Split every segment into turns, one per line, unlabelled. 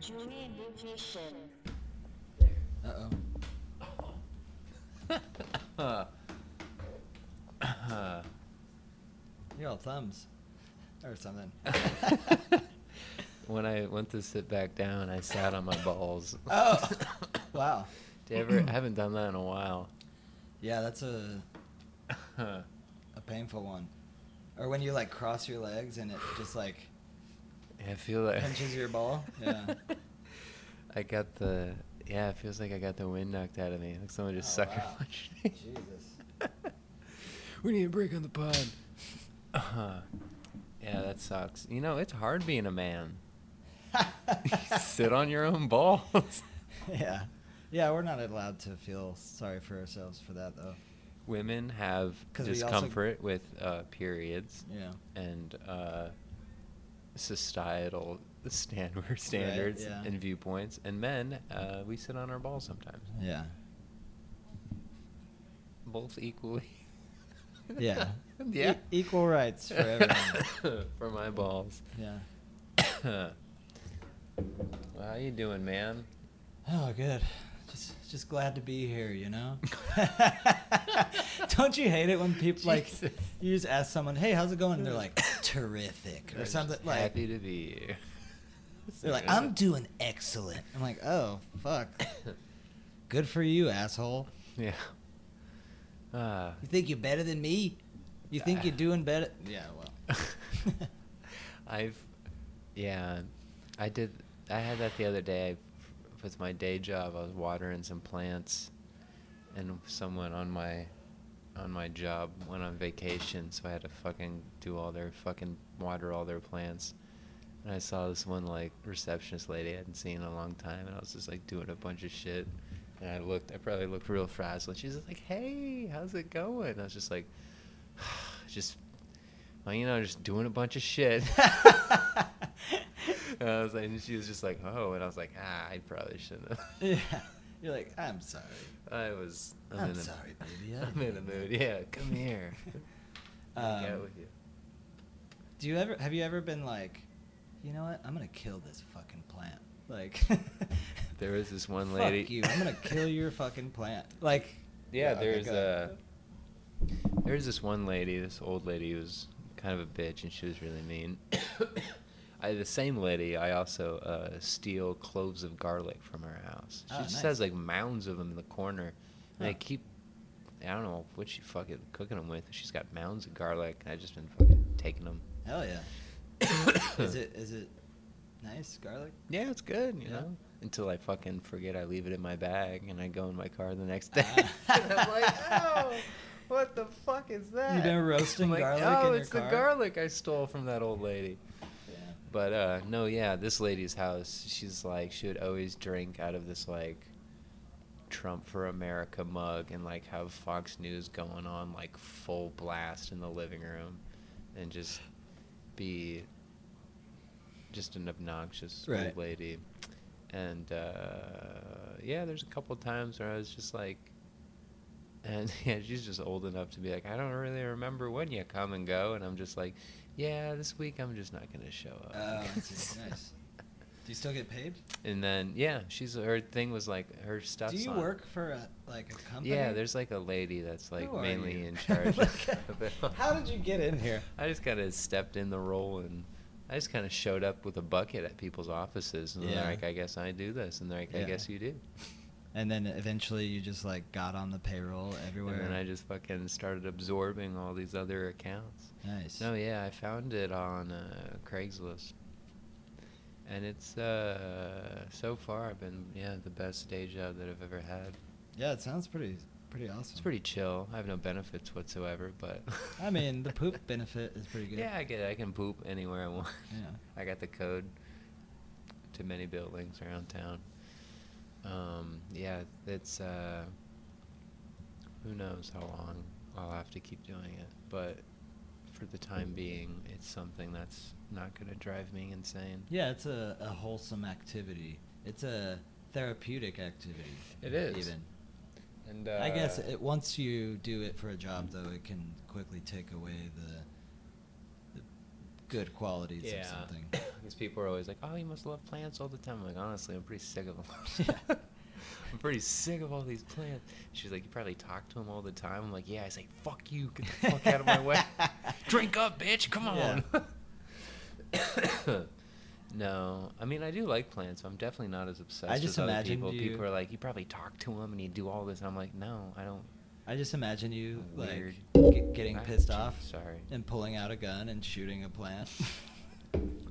Johnny Vacation.
Uh oh. You're all thumbs. Or something.
When I went to sit back down, I sat on my balls.
oh! wow.
Do you ever? I haven't done that in a while.
Yeah, that's a, a painful one. Or when you like cross your legs and it just like.
I feel like
Pinches your ball? Yeah.
I got the yeah. It feels like I got the wind knocked out of me. Like someone just
Oh,
sucker
wow.
punched me.
Jesus.
we need a break on the pod. Uh-huh. Yeah, that sucks. You know, it's hard being a man. You Sit on your own balls.
Yeah. Yeah, we're not allowed to feel sorry for ourselves for that though.
Women have
'Cause we also-
discomfort with uh, periods
Yeah.
and uh, societal standard standards
yeah.
and viewpoints, and men uh, we sit on our balls sometimes.
Yeah.
Both equally.
Yeah.
yeah.
E- equal rights for everyone.
for my balls.
yeah.
well, how you doing, man?
Oh, good. Just just glad to be here, you know? Don't you hate it when people like
Jesus.
you just ask someone, "Hey, how's it going?" and they're like, "Terrific."
I'm
Or
just
something like
Happy to be here.
they're like, "I'm doing excellent." I'm like, "Oh, fuck." Good for you, asshole.
Yeah. Ah.
You think you're better than me? You think you're doing better? Yeah, well.
I've, yeah, I did. I had that the other day with my day job. I was watering some plants, and someone on my on my job went on vacation, so I had to fucking do all their fucking water all their plants. And I saw this one like receptionist lady I hadn't seen in a long time, and I was just like doing a bunch of shit. And I looked, I probably looked real frazzled. She's just like, "Hey, how's it going?" I was just like, just, well, you know, just doing a bunch of shit. And I was like, and she was just like, "Oh," and I was like, "Ah, I probably shouldn't." have."
yeah. You're like, "I'm sorry."
I was. I'm,
I'm
in a,
sorry, baby, I
I'm in a
didn't
mood. Yeah, come here. Hang out
Um,
with you.
Do you ever have you ever been like, you know what? I'm gonna kill this fucking plant. Like,
There was this one lady.
Fuck you! I'm gonna kill your fucking plant. Like,
yeah,
okay,
there's
go ahead.
a there's this one lady, this old lady who was kind of a bitch, and she was really mean. I, the same lady, I also uh, steal cloves of garlic from her house. She
Oh,
just
nice.
has like mounds of them in the corner, and I
Huh.
keep. I don't know what she fucking cooking them with. She's got mounds of garlic, and I just been fucking taking them.
hell yeah. is it is it nice garlic?
Yeah, it's good, you
Yeah.
know. Until I fucking forget I leave it in my bag and I go in my car the next day.
Ah.
And I'm like, oh, what the fuck is that?
been roasting
I'm
garlic
Oh,
in your
it's the
car?"
garlic I stole from that old lady.
Yeah.
But uh, no, yeah, this lady's house. She's like, she would always drink out of this like Trump for America mug and like have Fox News going on like full blast in the living room, and just be just an obnoxious
Right.
old lady. And uh, yeah, there's a couple times where I was just like, and yeah, she's just old enough to be like, I don't really remember when you come and go, and I'm just like, yeah, this week I'm just not gonna show up.
Oh, I see. nice. Do you still get paid?
And then yeah, she's her thing was like her stuff.
Do you work for a, like a company?
Yeah, there's like a lady that's like
Who are you?
mainly in charge.
Like,
of it.
How did you get in here?
I just kind of stepped in the role and I just kind of showed up with a bucket at people's offices and
Yeah.
they're like, I guess I do this, and they're like, I
Yeah.
guess you do.
And then eventually you just like got on the payroll everywhere.
And then I just fucking started absorbing all these other accounts.
nice.
No, yeah, I found it on uh, Craigslist, and it's uh, so far been yeah the best day job that I've ever had.
Yeah, it sounds pretty pretty awesome.
It's pretty chill. I have no benefits whatsoever, but
I mean, the poop benefit is pretty good.
Yeah, I get. It. I can poop anywhere I want.
Yeah.
I got the code to many buildings around town. Um, yeah, it's uh, who knows how long I'll have to keep doing it, but for the time being, it's something that's not going to drive me insane.
Yeah, it's a, a wholesome activity. It's a therapeutic activity.
It is.
Even.
And uh,
I guess it, once you do it for a job, though, it can quickly take away the, the good qualities
Yeah.
of something.
Because people are always like, "Oh, you must love plants all the time." I'm like, honestly, I'm pretty sick of them. I'm pretty sick of all these plants. She's like, "You probably talk to them all the time." I'm like, "Yeah." I say, "Fuck you! Get the fuck out of my way! Drink up, bitch! Come
Yeah.
on!" no, I mean, I do like plants. I'm definitely not as obsessed.
I just
as other
imagined
people.
you-
People are like, "You probably talk to them and you do all this," and I'm like, "No, I don't."
I just imagine you
Weird.
like g- getting
I-
pissed
gee,
off
Sorry.
and pulling out a gun and shooting a plant.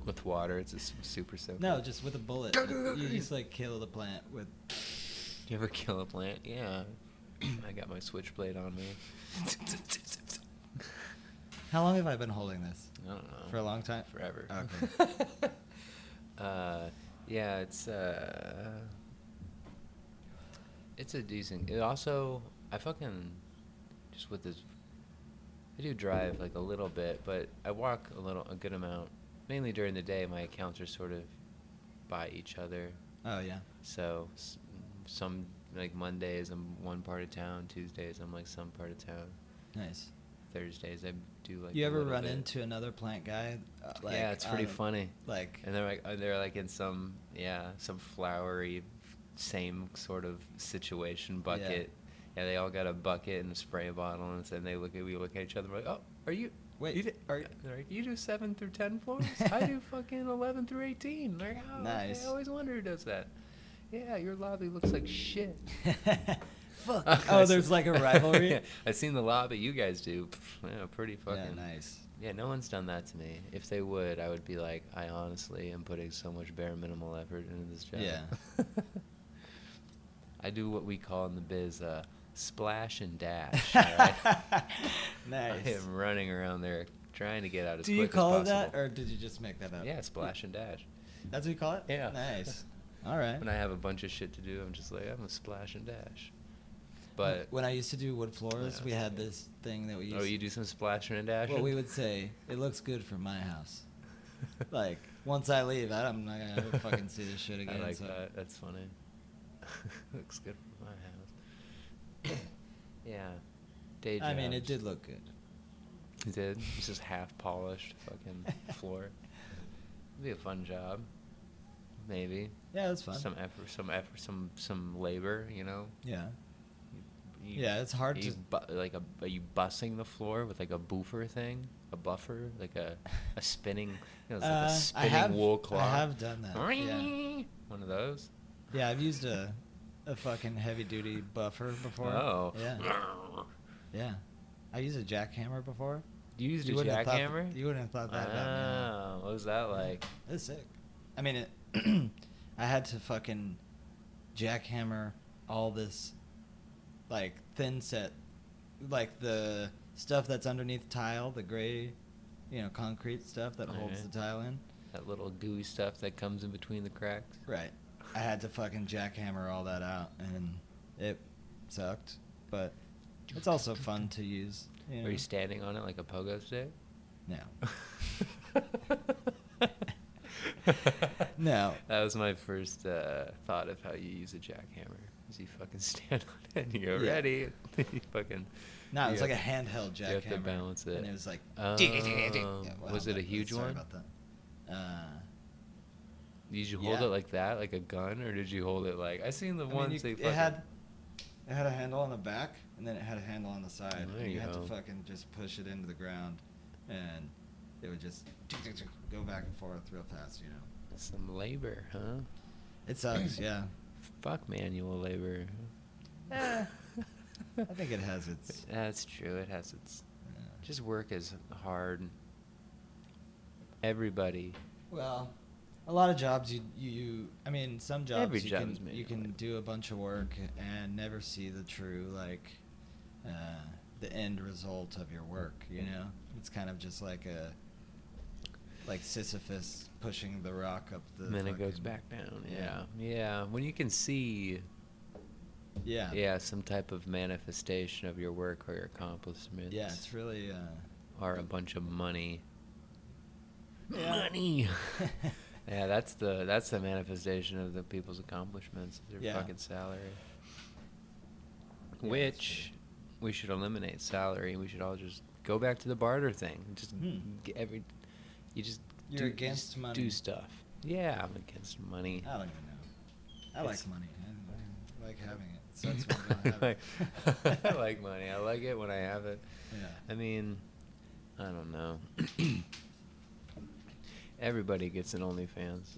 With water, it's a s- super soaker.
no, just with a bullet. you just like kill the plant with.
You ever kill a plant? Yeah. I got my switchblade on me.
How long have I been holding this?
I don't know.
For a long time.
Forever.
Okay.
uh, yeah, it's uh, it's a decent. It also, I fucking just with this. I do drive like a little bit, but I walk a little, a good amount. Mainly during the day, my accounts are sort of by each other.
oh yeah.
So s- some like Mondays I'm one part of town, Tuesdays I'm like some part of town,
Nice.
Thursdays I do like.
you
a
ever
little
run
bit.
into another plant guy? uh, like,
yeah, it's pretty
on-
funny.
Like,
And they're like uh, they're like in some yeah some flowery, same sort of situation
Yeah.
bucket. Yeah, they all got a bucket and a spray bottle, and then they look at we look at each other we're like, oh, are you?
Wait,
you di-
are y-
they're like, you do seven through ten floors? I do fucking eleven through eighteen. Like, how?
Nice.
I always wonder who does that. Yeah, your lobby looks like shit.
fuck.
I
oh,
see-
there's like a rivalry.
Yeah, I've seen the lobby you guys do. Pff, Yeah, pretty fucking.
yeah, nice.
Yeah, no one's done that to me. If they would, I would be like, I honestly am putting so much bare minimal effort into this job.
Yeah.
I do what we call in the biz uh, splash and dash. all right? I
nice.
am running around there trying to get out as
Do you
quick
call it
as possible.
that, or did you just make that up?
yeah, splash and dash.
That's what you call it.
Yeah.
Nice. All right.
When I have a bunch of shit to do, I'm just like, I'm gonna splash and dash. But
when I used to do wood floors,
Yeah,
we had
yeah.
this thing that we used.
oh, you do some splashing and dashing.
Well, we would say it looks good for my house. Like once I leave, I- I'm not gonna ever fucking see this shit again.
I like
so.
that. That's funny. Looks good for my house. yeah. Day
I mean, it
jobs.
did look good.
It did. It's just half polished fucking floor. It'd be a fun job. Maybe.
Yeah, it's fun.
Some effort, some effort, some some labor. You know.
yeah.
You-
Yeah, it's hard
you
to-
bu- like a. Are you bussing the floor with like a boofer thing, a buffer, like a a spinning, you know, it's like
Uh, I
a spinning
have-
wool
I
cloth.
have done that, Uh, yeah.
One of those.
Yeah, I've used a, a fucking heavy duty buffer before.
Oh.
Yeah. Yeah. I used a jackhammer before.
You used a
wouldn't have thought-
jackhammer? Ah.
you wouldn't have thought that about me.
Wow, What was that like?
That's sick. I mean, it, I had to fucking jackhammer all this, like, thin set, like the stuff that's underneath tile, the gray, you know, concrete stuff that holds
Alright.
the tile in.
That little gooey stuff that comes in between the cracks?
Right. I had to fucking jackhammer all that out, and it sucked, but it's also fun to use. You know?
Were you standing on it like a pogo stick?
No. No.
That was my first uh, thought of how you use a jackhammer. Is you fucking stand on it and you go
Yeah.
ready. you fucking.
No, it was
you
like a
have-
handheld
you
jackhammer.
have to balance it.
And it was like.
Um,
Yeah, well,
was it a
that-
huge
sorry
one?
About that. Uh,
Did you hold
Yeah.
it like that, like a gun, or did you hold it like I seen the
I mean,
ones
you-
they fucking.
it had. It had a handle on the back, and then it had a handle on the side.
There
and
you
had to
go.
fucking just push it into the ground, and it would just go back and forth real fast. You know,
Some labor, huh?
it sucks. yeah,
Fuck manual labor.
Eh, I think it has its-
That's true. It has its.
Yeah.
Just work is hard. Everybody.
Well, a lot of jobs you you, you I mean some jobs
Every
you
job
can
is manual
you can
labor.
do a bunch of work and never see the true like uh, the end result of your work. You know, it's kind of just like a like Sisyphus pushing the rock up the.
and then it goes
fucking-
back down. Yeah. Yeah. When you can see.
Yeah.
Yeah, some type of manifestation of your work or your accomplishments.
Yeah, it's really. Uh,
Or a bunch of money.
Yeah.
Money. yeah, that's the that's the manifestation of the people's accomplishments. Their
Yeah.
fucking salary.
true.
Which we should eliminate salary. We should all just go back to the barter thing. Just
Hmm.
get every You just
You're
do,
against
just
money. Oh,
Do stuff. Yeah, I'm against money.
I don't even know. I
It's-
like money. I, I like having it. So that's what I have.
I like money. I like it when I have it.
Yeah.
I mean, I don't know. Everybody gets an OnlyFans.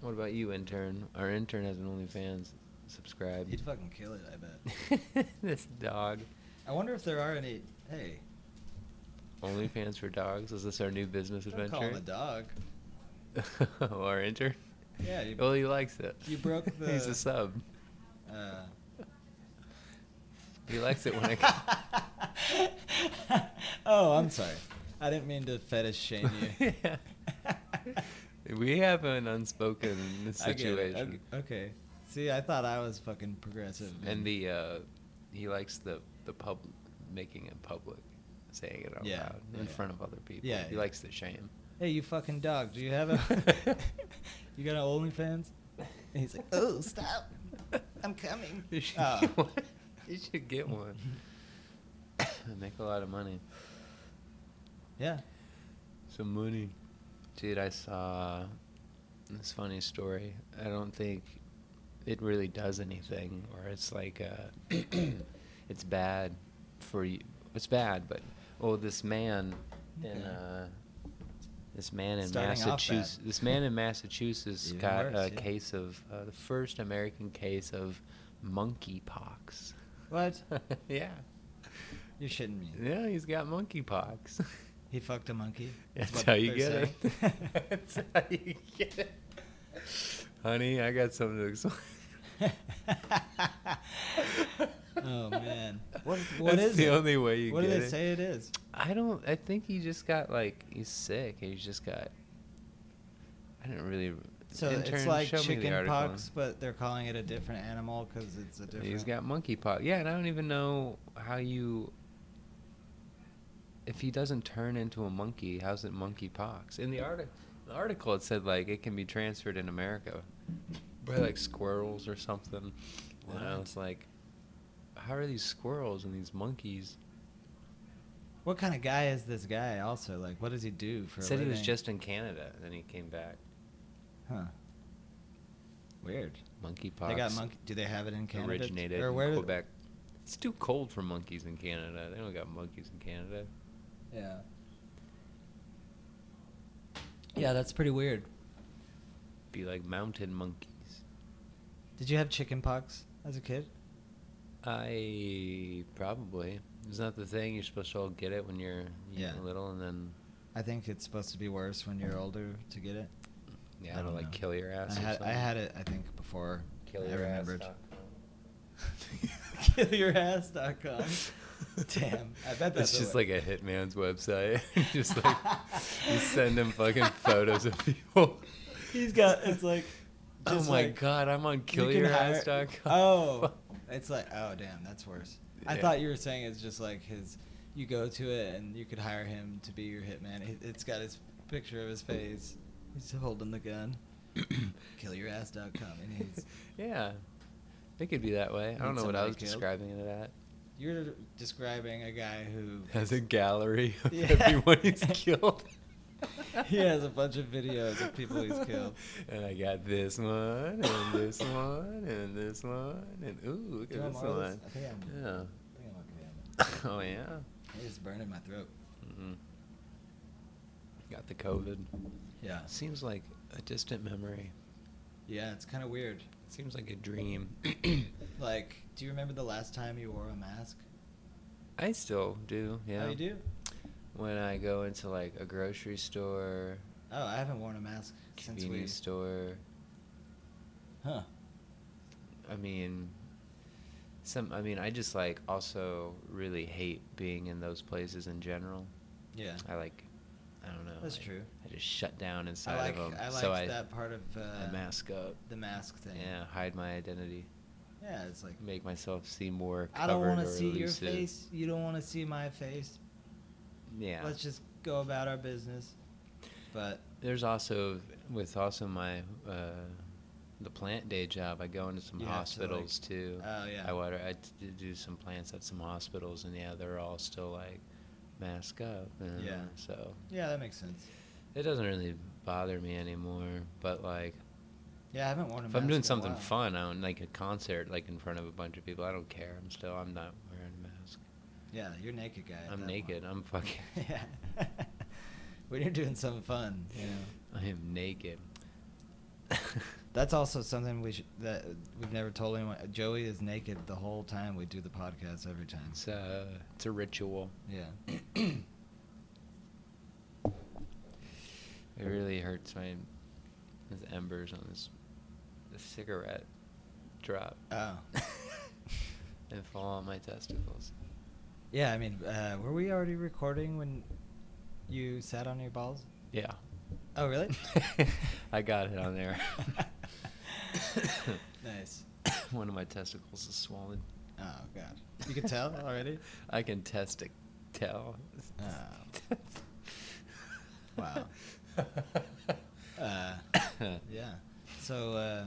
What about you, intern? Our intern has an OnlyFans. Subscribe.
He'd fucking kill it, I bet.
this dog.
I wonder if there are any. Hey,
OnlyFans for dogs. Is this our new business
don't call him a
adventure?
dog.
our intern.
Yeah, you-
well, he likes it.
you broke
He's
the-
a sub.
Uh,
He likes it when I.
oh, I'm sorry. I didn't mean to fetish shame you.
Yeah. We have an unspoken
I get it.
situation.
O- Okay. See, I thought I was fucking progressive.
And the uh, he likes the the pub making it public, saying it out
Yeah,
loud in
yeah.
front of other people.
Yeah,
he
yeah.
likes the shame.
hey, you fucking dog. Do you have a? you got an OnlyFans? And he's like, oh, stop. I'm coming.
You should,
Oh.
get one. You should get one. Make a lot of money.
Yeah.
Some money. Dude, I saw this funny story. I don't think it really does anything, or it's like uh, it's bad for you. It's bad, but oh, this man in
Okay.
uh, this man in
Starting off bad.
Massachusetts. This man in Massachusetts
Even
got
worse,
a
yeah.
case of uh, the first American case of monkeypox.
What?
yeah,
You're shitting me.
yeah, he's got monkeypox.
He fucked a monkey.
That's
what
how you
they're
get it.
saying.
That's how you get it. Honey, I got something to explain.
oh man, what what
That's
is
the
it?
only way you
what
get
do they
it.
say it is?
I don't. I think he just got like he's sick. He's just got. I didn't really.
So
Intern,
it's like
show me the
chicken
article.
pox, but they're calling it a different animal because it's a different.
He's got monkeypox. Yeah, and I don't even know how you. If he doesn't turn into a monkey, how's it monkeypox? In the article, the article it said like it can be transferred in America by like squirrels or something. And I
What?
was like, how are these squirrels and these monkeys?
What kind of guy is this guy? Also, like, what does he do for?
It
a
said he was
living?
just in Canada, and then he came back.
Huh. Weird.
Monkeypox.
They got monkey. Do they have it in Canada?
originated
or
in
where?
Quebec. It's too cold for monkeys in Canada. They don't got monkeys in Canada.
Yeah. Yeah, that's pretty weird.
Be like mountain monkeys.
Did you have chicken pox as a kid?
I probably. It's not the thing. You're supposed to all get it when you're you
Yeah.
know, little, and then
I think it's supposed to be worse when you're older to get it.
yeah, I don't like
know.
kill your ass.
I
or
had, I
something.
had it, I think, before
Kill
I
your ass.
remembered.
dot com.
KillYourAss.com. Damn, I bet that's
it's
a
just
way.
like a hitman's website. just like you send them fucking photos of people.
He's got. It's like.
Oh
just
my
like,
god, I'm on
you can hire-
killyourass.com.
Oh, it's like oh damn, that's worse. I
Yeah.
thought you were saying it's just like his. You go to it and you could hire him to be your hitman. It- It's got his picture of his face. He's holding the gun. KillYourAss.com, and he's.
yeah, it could be that way. I don't
Need
know what I
somebody
was
killed.
describing it at.
You're describing a guy who
Has a gallery of
Yeah.
everyone he's killed.
he has a bunch of videos of people he's killed.
And I got this one, and this one, and this one, and ooh, look
Do you
at
want
this
more of
one.
this? I think I'm- I
Yeah.
think I'm okay on that.
Oh yeah.
It is burning my throat.
hmm Got the COVID.
Yeah.
Seems like a distant memory.
Yeah, it's kind of weird.
Seems like a dream.
Like, do you remember the last time you wore a mask?
I still do. Yeah.
Oh, you do?
When I go into like a grocery store,
Oh, I haven't worn a mask since we.
convenience store.
Huh.
I mean, some. I mean, I just like also really hate being in those places in general.
Yeah.
I like, I don't know.
That's
like,
true.
I just shut down
I
inside
like
of them.
I like
so I,
that part of uh,
I mask up.
the mask thing.
Yeah, hide my identity.
Yeah, it's like
Make myself seem more covered
I don't
want
want
to
to see your face. You don't want to see my face.
Yeah.
Let's just go about our business. But
There's also with also my uh, the plant day job. I go into some
You have to, like-
hospitals too.
oh yeah.
I water. I t- do some plants at some hospitals, and yeah, they're all still like mask up. And
Yeah.
So
Yeah, that makes sense.
it doesn't really bother me anymore. But like,
Yeah, I haven't worn a
if
mask
I'm
in
doing
a
something
while.
fun, I don't like a concert, like in front of a bunch of people. I don't care. I'm still. I'm not wearing a mask.
Yeah, you're naked guy. at
I'm
that
naked.
point.
I'm fucking.
yeah. when you're doing something fun, you know.
I am naked.
That's also something we should, that we've never told anyone. Joey is naked the whole time we do the podcast every time.
It's a it's a ritual.
Yeah.
It really hurts my these embers on this the cigarette drop
Oh.
and fall on my testicles.
yeah, I mean, uh, were we already recording when you sat on your balls?
Yeah.
Oh, really?
I got it on there.
nice.
One of my testicles is swollen.
Oh god. You can tell already?
I can test it. Tell.
Oh. Wow. Uh, yeah. So uh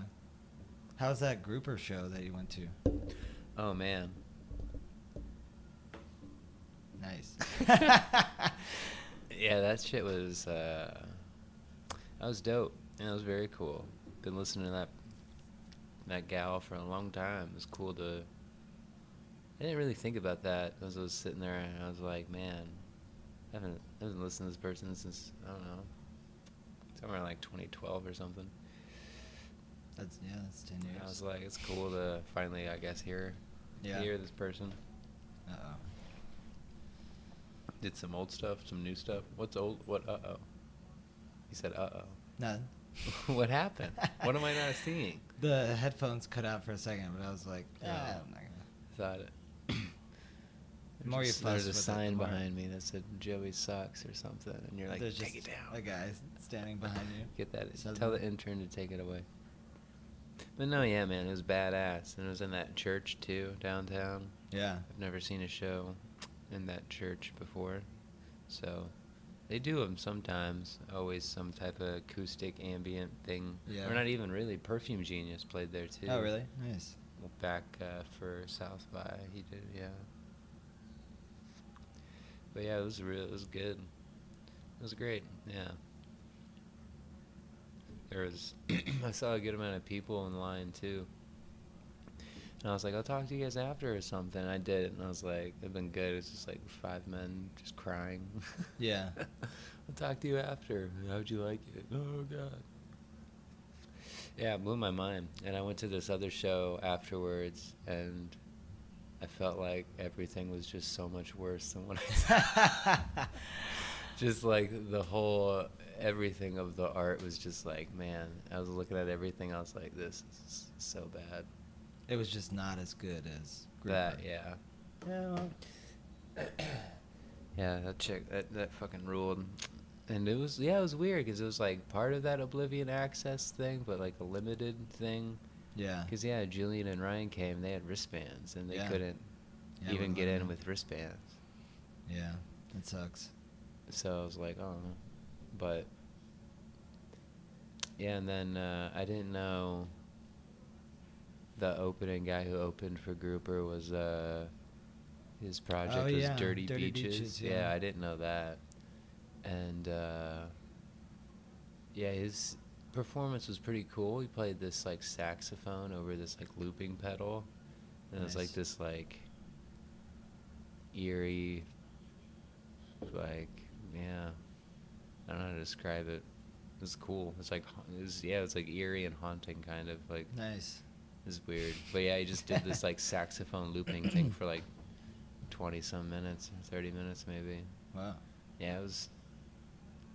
how's that grouper show that you went to?
Oh man.
Nice.
Yeah, that shit was uh that was dope. And it was very cool. Been listening to that that gal for a long time. It was cool to I didn't really think about that as I was sitting there and I was like, man, I haven't I haven't listened to this person since I don't know. Somewhere like twenty twelve or something.
That's yeah, that's ten
And
years.
I was like, it's cool to finally I guess hear
Yeah.
hear this person.
Uh oh.
Did some old stuff, some new stuff. What's old what uh oh? He said uh oh.
None.
what happened? What am I not seeing?
The headphones cut out for a second, but I was like,
Oh.
"Ah, I'm not gonna.
Thought it.
The more you
There's a- there's a
fuss with it, the
sign
more-
behind me that said Joey sucks or something, and you're like,
There's
take it
just
down.
A guy standing behind you.
Get that.
So-
tell the intern to take it away. But no, yeah, man, it was badass, and it was in that church too downtown.
Yeah.
I've never seen a show in that church before, so they do them sometimes. Always some type of acoustic ambient thing.
Yeah.
Or not even really. Perfume Genius played there too.
Oh really? Nice.
Well, back uh, for South by. He did, yeah. But yeah, it was real. It was good. It was great. Yeah. There was. I saw a good amount of people in line too. And I was like, I'll talk to you guys after or something. I did, and I was like, it's been good. It's just like five men just crying.
Yeah.
I'll talk to you after. How'd you like it? Oh God. Yeah, it blew my mind. And I went to this other show afterwards, and I felt like everything was just so much worse than what I just like the whole everything of the art was just like man. I was looking at everything. I was like, this is so bad.
it was just not as good as
That
Grouper.
yeah.
Yeah. Well,
Yeah, that chick, that, that fucking ruled. And it was, yeah, it was weird because it was like part of that Oblivion access thing, but like a limited thing.
yeah.
Because, yeah, Julian and Ryan came, they had wristbands, and they
Yeah.
couldn't
Yeah,
even
wouldn't
get
let
in
him
with wristbands.
Yeah. That sucks.
So I was like, oh. But, yeah, and then uh, I didn't know the opening guy who opened for Grouper was, uh, his project was
Oh, yeah,
Dirty,
Dirty
Beaches.
Beaches,
yeah.
yeah.
I didn't know that. And, uh, yeah, his performance was pretty cool. He played this, like, saxophone over this, like, looping pedal. And it was, like,
Nice.
this, like, eerie, like yeah i don't know how to describe it it's cool it's like ha- it's yeah it's like eerie and haunting kind of like
Nice.
it's weird but yeah he just did this like saxophone looping thing for like 20 some minutes or 30 minutes maybe
Wow.
yeah it was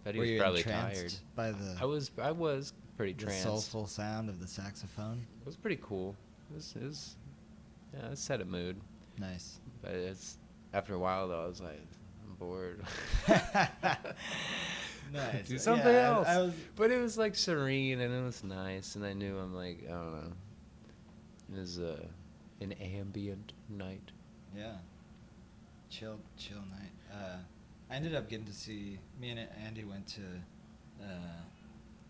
but he
Were
was
you
probably
entranced
tired
by the
i was i was pretty
the
tranced
soulful sound of the saxophone?
it was pretty cool it was, it was yeah it set a mood
Nice.
But it's after a while though, I was like, I'm bored.
Nice.
Do something
Yeah, I-
else.
I was-
But it was like serene and it was nice, and I knew I'm like, I don't know. It was uh, an ambient night.
Yeah. Chill, chill night. Uh, I ended up getting to see me and Andy went to uh,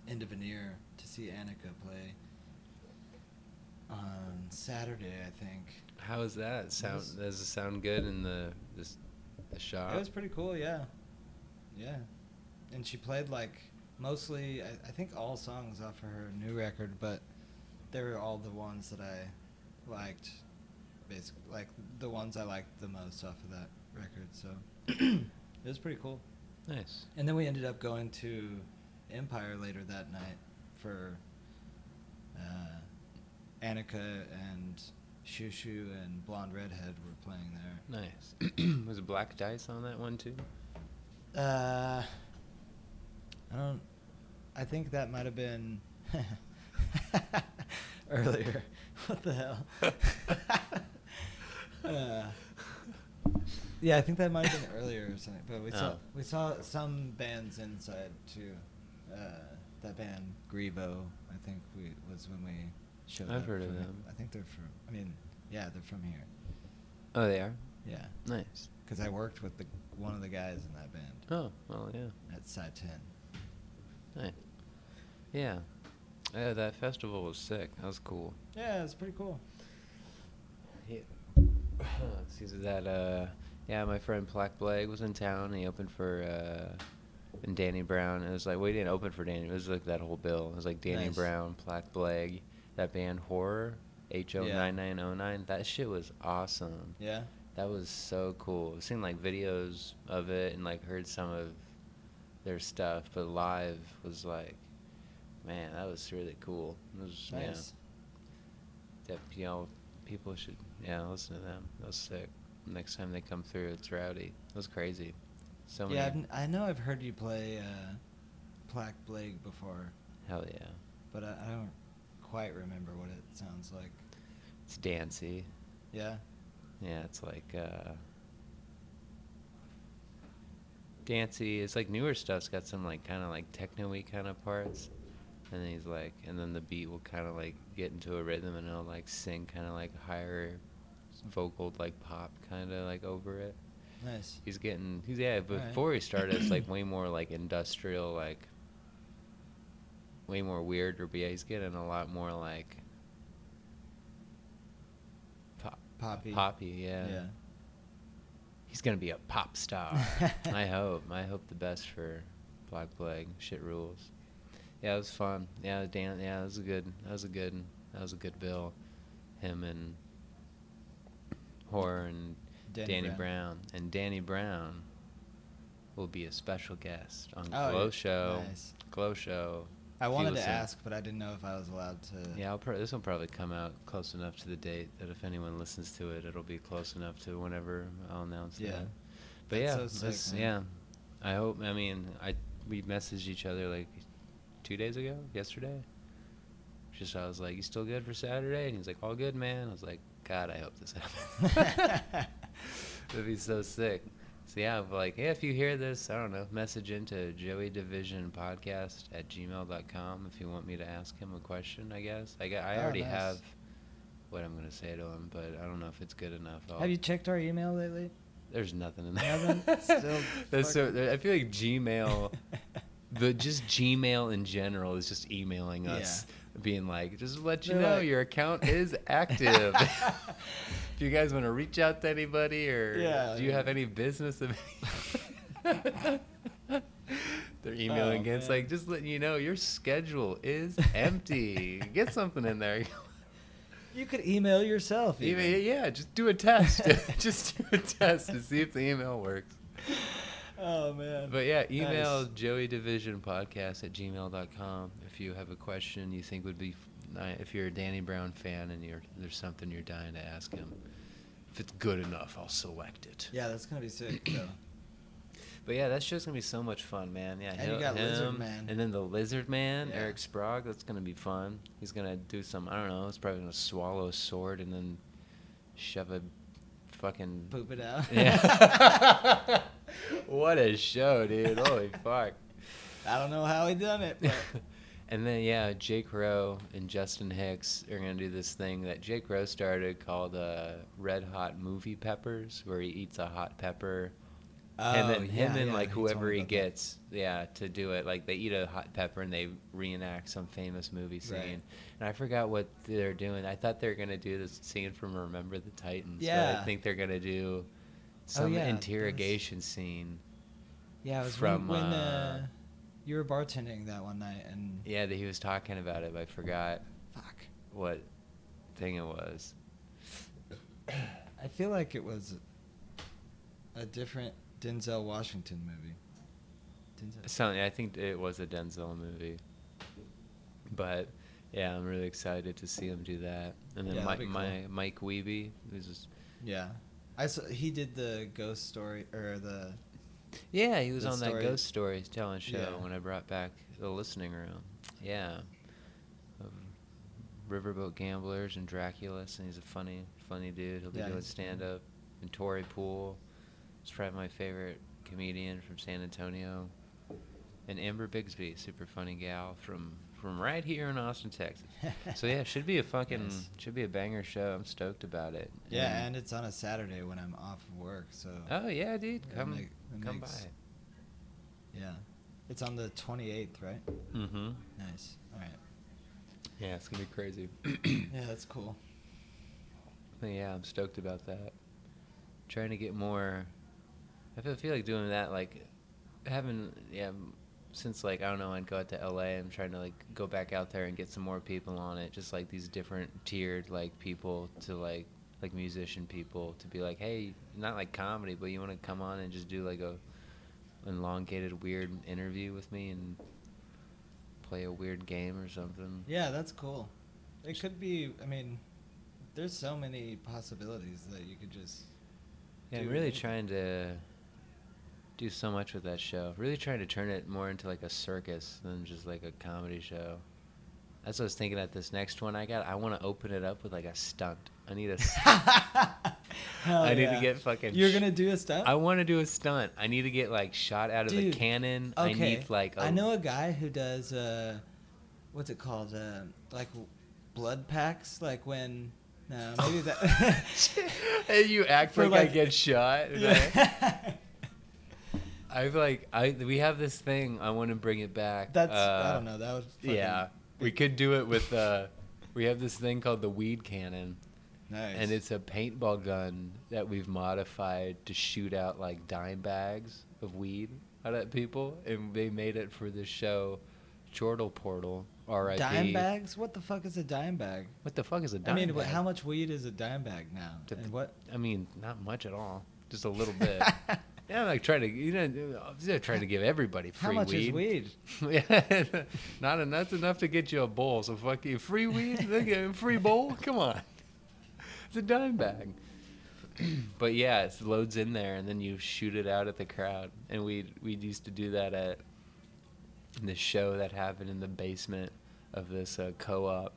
End of an Ear to see Annika play on Saturday, I think.
How is that sound?
was-
Does it sound good in the this the shop.
It was pretty cool, yeah. Yeah. And she played like mostly, I, I think all songs off of her new record, but they were all the ones that I liked, basically, like the ones I liked the most off of that record. So it was pretty cool.
nice.
And then we ended up going to Empire later that night for uh, Annika and Shushu and Blonde Redhead were playing there.
Nice. was it black dice on that one too?
Uh, I don't. I think that might have been earlier. What the hell? uh, yeah, I think that might have been earlier or something. But we saw
Oh.
we saw some bands inside too. Uh, that band Grebo, I think we was when we showed
I've
up.
heard of
from-
them.
I think they're from. I mean, yeah, they're from here.
Oh, they are.
Yeah,
Nice.
because I worked with the one of the guys in that band
Oh, well, yeah.
at Side 10.
Nice. Yeah. Yeah, that festival was sick. That was cool.
Yeah, it's pretty cool.
Yeah. Excuse me, that. Uh, yeah, my friend Black Blake was in town. He opened for uh, and Danny Brown. It was like we didn't open for Danny. It was like that whole bill. It was like Danny
Nice.
Brown, Black Blake, that band Horror, H O
Yeah.
nine nine O nine. That shit was awesome.
Yeah?
That was so cool. I've seen like videos of it and like heard some of their stuff, but live was like, man, that was really cool. It was, yeah.
Nice.
that you know people should yeah listen to them. That was sick. Next time they come through, it's rowdy. That was crazy. So many.
yeah, I've, n- I know I've heard you play uh, Plaque Blake before,
hell yeah.
but I, I don't quite remember what it sounds like.
It's dancey.
Yeah?
Yeah, it's like uh dancey. It's like newer stuff's got some like kind of like techno-y kind of parts. And then he's like and then the beat will kind of like get into a rhythm and it'll like sing kind of like higher vocal like pop kind of like over it.
Nice.
He's getting he's yeah.
Alright.
Before he started, it's like way more like industrial, like way more weird. Or yeah, he's getting a lot more like pop,
Poppy.
poppy. Yeah.
Yeah.
he's gonna be a pop star. I hope. I hope the best for Black Plague. Shit rules. Yeah, it was fun. Yeah, Dan. Yeah, that was a good. That was a good. That was a good bill. Him and horror and
Danny
Danny,
Brown.
Brown. and Danny Brown will be a special guest on
Oh,
Glow
yeah.
Show.
Nice.
Glow Show.
I
If you
wanted to
listen-
ask, but I didn't know if I was allowed to.
Yeah, I'll pro- this will probably come out close enough to the date that if anyone listens to it, it'll be close enough to whenever I'll announce
Yeah.
that. But
That's
yeah,
so sick,
that's-
man.
yeah. I hope. I mean, I we messaged each other like two days ago, yesterday. Just I was like, "You still good for Saturday?" And he's like, "All good, man." I was like, "God, I hope this happens." That'd be so sick. So yeah, I'm like, yeah, if you hear this, I don't know, message into Joey Division Podcast at gmail.com if you want me to ask him a question, I guess. I, got, I
Oh,
already
nice.
have what I'm going to say to him, but I don't know if it's good enough. I'll-
Have you checked our email lately?
There's nothing in there.
Nothing? Still
That's so,
fucking-
there- I feel like Gmail, the just Gmail in general is just emailing
Yeah.
us, being like, just to let you
They're
know
like-
your account is active. Do you guys want to reach out to anybody, or
Yeah,
do you have
yeah.
any business? Of They're emailing
Oh,
again. It's
man.
like just letting you know your schedule is empty. Get something in there.
you could email yourself.
Even,
Even.
yeah, just do a test. just do a test to see if the email works.
Oh, man.
But yeah, email
Nice.
Joey Division Podcast at gmail.com if you have a question you think would be f- ni- if you're a Danny Brown fan and you're there's something you're dying to ask him. If it's good enough, I'll select it.
Yeah, that's going to be sick, though.
But yeah, that show's gonna be so much fun, man. Yeah,
And you
he'll-
got Lizard
him,
Man.
and then the Lizard Man,
Yeah.
Eric Sprague. That's gonna be fun. He's gonna do some. I don't know. He's probably gonna swallow a sword and then shove a fucking.
Poop it out.
Yeah. what a show, dude! Holy fuck.
I don't know how he done it, but
and then yeah, Jake Rowe and Justin Hicks are gonna do this thing that Jake Rowe started called uh, Red Hot Movie Peppers, where he eats a hot pepper, and
Oh,
then him
yeah,
and
yeah,
like
he told me
whoever he
about that.
gets, yeah, to do it. Like they eat a hot pepper and they reenact some famous movie scene.
Right.
And I forgot what they're doing. I thought they were gonna do this scene from Remember the Titans. but
Yeah. Oh,
I think they're gonna do some
yeah, there's-
interrogation scene.
Yeah, it was
From,
when, when
uh,
uh, you were bartending that one night, and
Yeah, that he was talking about it, but I forgot
fuck,
what thing it was.
I feel like it was a different Denzel Washington movie. Denzel.
Something I think it was a Denzel movie. But yeah, I'm really excited to see him do that. And then
Yeah,
Mike,
that'd be
my,
cool.
Mike Weeby, who's just,
Yeah, I saw, he did the ghost story or the
yeah, he was
The
on
story-
that Ghost Stories telling show
Yeah.
when I brought back the listening room. Yeah, of Riverboat Gamblers and Draculus, and he's a funny, funny dude. He'll be
Yeah,
doing
he's funny.
stand up. And Tori Pool, is probably my favorite comedian from San Antonio. And Amber Bigsby, super funny gal from from right here in Austin, Texas. So yeah, it should be a fucking
Nice.
should be a banger show. I'm stoked about it.
yeah, and it's on a Saturday when I'm off work, so
oh yeah, dude,
That
come
make- that
come
makes-
by.
yeah, it's on the 28th, right?
Mm-hmm.
Nice. All right.
Yeah, it's gonna be crazy.
Yeah, that's cool.
But yeah, I'm stoked about that. Trying to get more. I feel, feel like doing that, like, having, yeah, m- since, like, I don't know, I'd go out to LA, I'm trying to, like, go back out there and get some more people on it. Just, like, these different tiered, like, people to, like, like musician people to be like, hey, not like comedy, but you want to come on and just do, like, a elongated, weird interview with me and play a weird game or something.
Yeah, that's cool. It could be. I mean, there's so many possibilities that you could just.
Yeah, I'm
do
really
anything.
trying to do so much with that show. Really trying to turn it more into like a circus than just like a comedy show. That's what I was thinking at this next one I got. I want to open it up with like a stunt. I need a. s-
Hell
I need to
yeah.
get fucking
You're
sh-
gonna do a stunt?
I want to do a stunt. I need to get like shot out of a
Dude,
cannon. I need like a
I know a guy who does uh, what's it called? Uh, like blood packs. Like when no, maybe that.
and you act
For,
like, I
like-
get shot. right?
Yeah.
I've like I we have this thing. I want to bring it back.
That's I
uh,
don't know. That was fucking-
Yeah, we could do it with. Uh, we have this thing called the weed cannon,
Nice.
and it's a paintball gun that we've modified to shoot out like dime bags of weed out at people, and they made it for this show, Chortle Portal. R.I.P.
dime bags. What the fuck is a dime bag?
What the fuck is a dime?
I mean, what
bag?
how much weed is a dime bag now?
To-
and what?
I mean, not much at all. Just a little bit. Yeah, like trying to you know, I'm just trying to give everybody
How
free
much
weed.
is weed?
yeah, not enough enough to get you a bowl. So fuck you. Free weed, They give you a free bowl. Come on, it's a dime bag. but yeah, it's loads in there, and then you shoot it out at the crowd. And we we used to do that at the show that happened in the basement of this uh, co-op,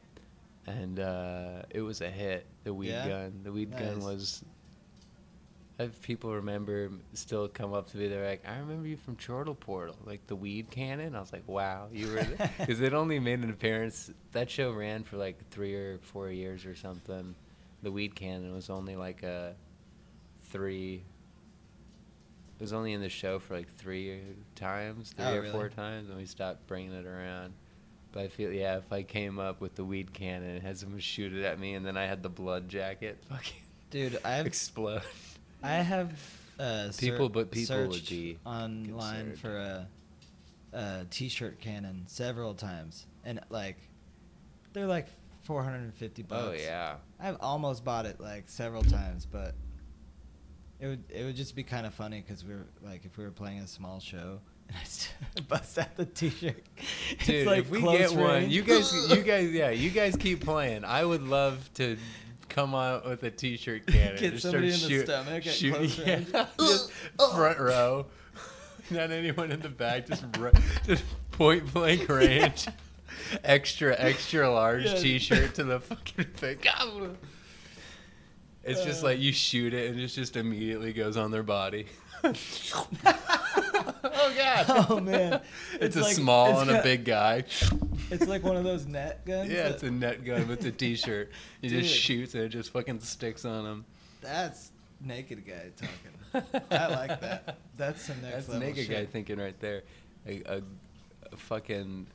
and uh, it was a hit. The weed
Yeah?
gun. The weed gun
Nice.
was. I have people remember still come up to me. They're like, "I remember you from Chortle Portal, like the weed cannon." I was like, "Wow, you were," because it only made an appearance. That show ran for like three or four years or something. The weed cannon was only like a three. It was only in the show for like three times, three
Oh,
or
really?
four times, and we stopped bringing it around. But I feel yeah, if I came up with the weed cannon and had someone shoot it at me, and then I had the blood jacket, fucking
Dude, I've
explode.
I have uh, ser-
People- but people would
searched
be
online
concerned.
for a, a t-shirt cannon several times, and like they're like 450 bucks.
Oh yeah,
I've almost bought it like several times, but it would it would just be kind of funny because we were like if we were playing a small show and I st- bust out the t-shirt. It's,
dude.
like,
if we
close
get one,
range.
you guys, you guys, yeah, you guys keep playing. I would love to come out with a t-shirt cannon.
Get
Just
somebody in
start
the
shoot-
stomach at
shoot-
close range. uh.
yeah, just front row. Not anyone in the back. Just ru- just point blank range. extra extra large
Yeah.
t-shirt to the fucking thing. It's just
Uh.
like you shoot it and it just immediately goes on their body. oh god.
Oh, man. It's
It's, a
like-
small
it's
and a
got-
big guy.
It's like one of those net guns.
yeah,
that-
it's a net gun with a t-shirt. It
Dude.
just shoots and it just fucking sticks on him.
That's naked guy talking. I like that. That's some next
That's
level
naked guy
shit.
thinking right there. A, a, "Ah, a fucking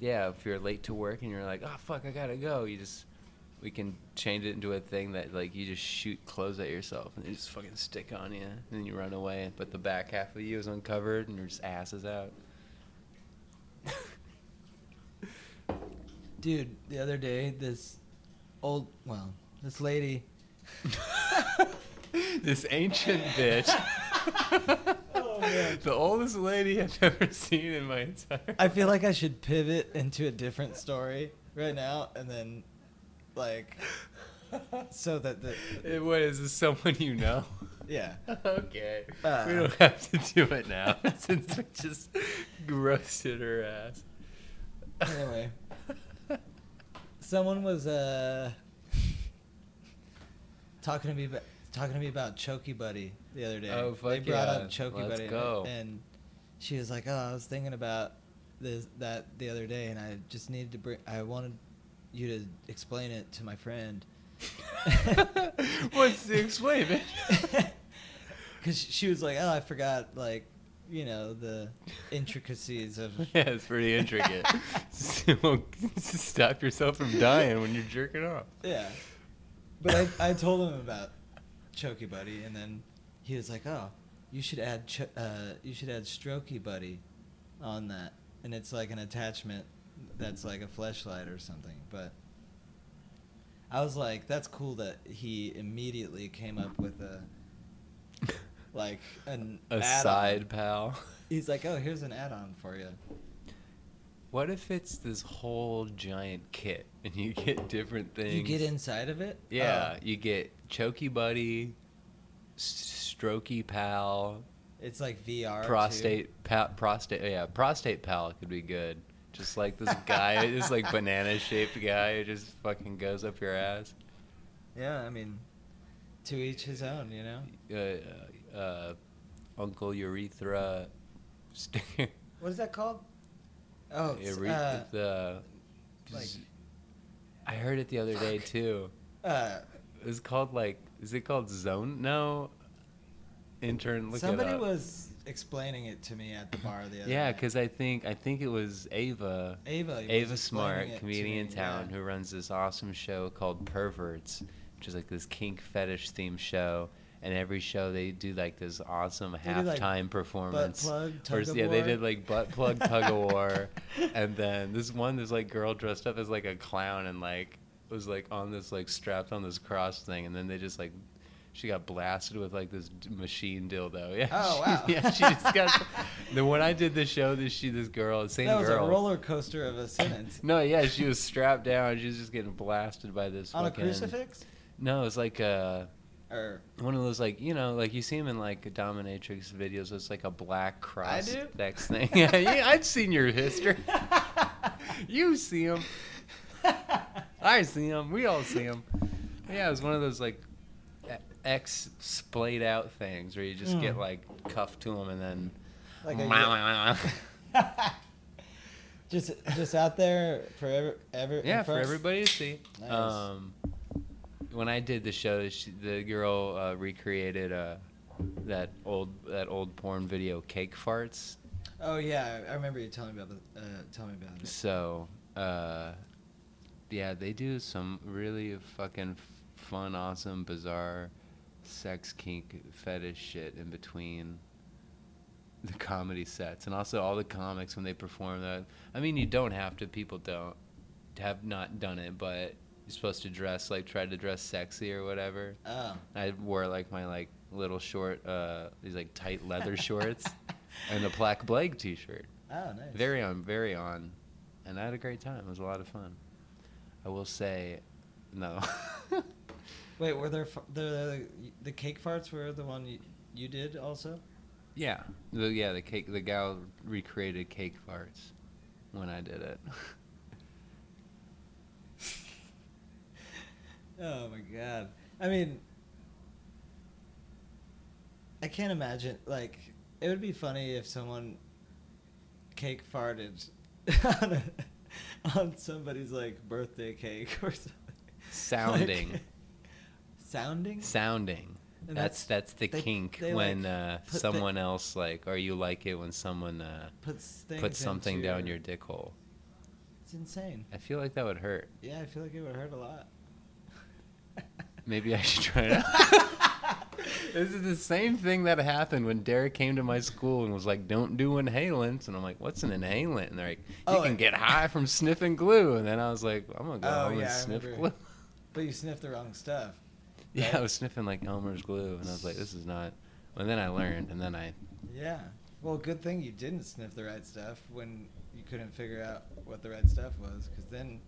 yeah. If you're late to work and you're like, oh fuck, I gotta go. You just we can change it into a thing that like you just shoot clothes at yourself and they just fucking stick on you and then you run away but the back half of you is uncovered and your just ass is out.
Dude, the other day, this old, well, this lady.
this ancient bitch.
Oh, man.
The oldest lady I've ever seen in my entire
I feel like I should pivot into a different story right now and then, like, so that the.
Eh, What is this? Someone you know?
Yeah.
okay.
Uh.
we don't have to do it now since we just roasted her ass.
Anyway. Someone was uh talking to me about talking to me about Chokey Buddy the other day.
Oh,
They
fuck
brought
yeah.
up Chokey
Let's
Buddy, and-
go.
and she was like, "Oh, I was thinking about this that the other day, and I just needed to bring. I wanted you to explain it to my friend."
What's the explain, bitch?
Because she was like, "Oh, I forgot like." You know the intricacies of
yeah, it's pretty intricate. So, Stop yourself from dying when you're jerking off.
Yeah. But I, I told him about Chokey Buddy, and then he was like, "Oh, you should add ch- uh, you should add Strokey Buddy on that, and it's like an attachment that's like a fleshlight or something." But I was like, "That's cool that he immediately came up with a like an
A
add-on.
side pal.
He's like, "Oh, here's an add-on for you."
What if it's this whole giant kit and you get different things?
You get inside of it.
Yeah,
Oh,
you get Chokey Buddy, S- Strokey Pal,
it's like VR. too.
prostate pa- prostate yeah prostate pal could be good just like this guy this like banana shaped guy who just fucking goes up your ass
Yeah, I mean, to each his own, you know.
uh, uh, uncle urethra stinger
What is that called? Oh, it's, uh,
urethra
like-
i heard it the other day
Fuck.
too
uh,
it's called like is it called zone no intern look it
somebody
up.
was explaining it to me at the bar the other
yeah
night.
because i think i think it was ava
Ava. was
Ava
explaining
Smart,
it to
comedian in
me,
town,
yeah.
who runs this awesome show called Perverts, which is like this kink fetish themed show. And every show they do like this awesome
They do, like,
halftime performance.
plug,
Or s- yeah, they
tug-of-war.
did like butt plug tug of war, and then this one, this like girl dressed up as like a clown and like was like on this like strapped on this cross thing, and then they just like. She got blasted with like this d- machine dildo. Yeah.
Oh,
she-
wow.
yeah, she just got. then when I did this show, this she, this girl, same
That was
girl.
a roller coaster of a sentence.
No, yeah, she was strapped down. She was just getting blasted by this
On a
fucking-
crucifix?
No, it was like uh,
Or
one of those like you know like you see him in like dominatrix videos. It's like a black cross
do?
next thing. yeah, yeah, I've seen your history. you see him. I see him. We all see him. Yeah, it was one of those like e- ex splayed out things where you just get
Mm.
like cuffed to him and then.
like a, just just out there for ever, ever in
Yeah, for
front-
everybody to see.
Nice.
Um, when I did the show, she, the girl uh, recreated uh, that old that old porn video, cake farts.
Oh yeah, I- I remember you telling me about the, uh, telling me about it.
So, uh, yeah, they do some really fucking f- fun, awesome, bizarre, sex kink fetish shit in between the comedy sets, and also all the comics when they perform that. I mean, you don't have to. People don't have not done it, but you're supposed to dress like try to dress sexy or whatever.
Oh.
I wore like my like little short, uh, these like tight leather shorts, and a Black Blake t-shirt.
Oh, nice.
Very on, very on. And I had a great time. It was a lot of fun. I will say, no.
Wait, were there f- the the cake farts were the one you, you did also?
yeah. The, yeah, the cake, the gal recreated cake farts when I did it.
Oh my god. I mean, I can't imagine. Like, it would be funny if someone cake farted on, a, on somebody's like birthday cake or something.
Sounding.
Like- sounding.
Sounding.
And
that's, that's the
they-
kink
they,
when
like,
uh,
put thi-
someone else like, or you like it when someone uh,
puts things
puts something
into
down your dick hole.
It's insane.
I feel like that would hurt.
Yeah, I feel like it would hurt a lot.
Maybe I should try it out. this is the same thing that happened when Derek came to my school and was like, "Don't do inhalants," and I'm like, "What's an inhalant?" And they're like, "You
Oh,
can
it-
get high from sniffing glue." And then I was like, "I'm gonna go
Oh,
home
yeah,
and
I
sniff
remember.
glue."
But you sniffed the wrong stuff.
yeah, I was sniffing like Elmer's glue, and I was like, "This is not." And then I learned, and then I
Yeah. Well, good thing you didn't sniff the right stuff when you couldn't figure out what the right stuff was, because then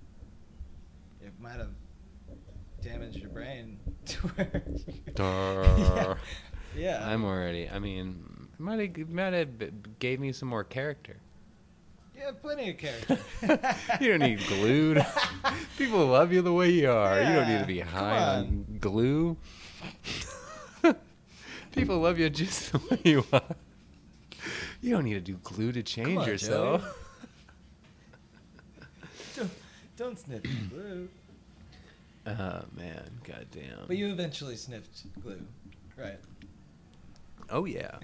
it might have damaged your brain. to where you-
Duh.
yeah. yeah.
I'm already. I mean, it might have, it might have b- gave me some more character.
You have plenty of character.
you don't need glue. to- People love you the way you are. You don't need
Yeah,
to be
come
high on.
on.
glue. People love you just the way you are. You don't need to do glue to change
on,
yourself.
Joey. don't, don't sniff glue.
Oh man, goddamn.
But you eventually sniffed glue, right?
oh yeah,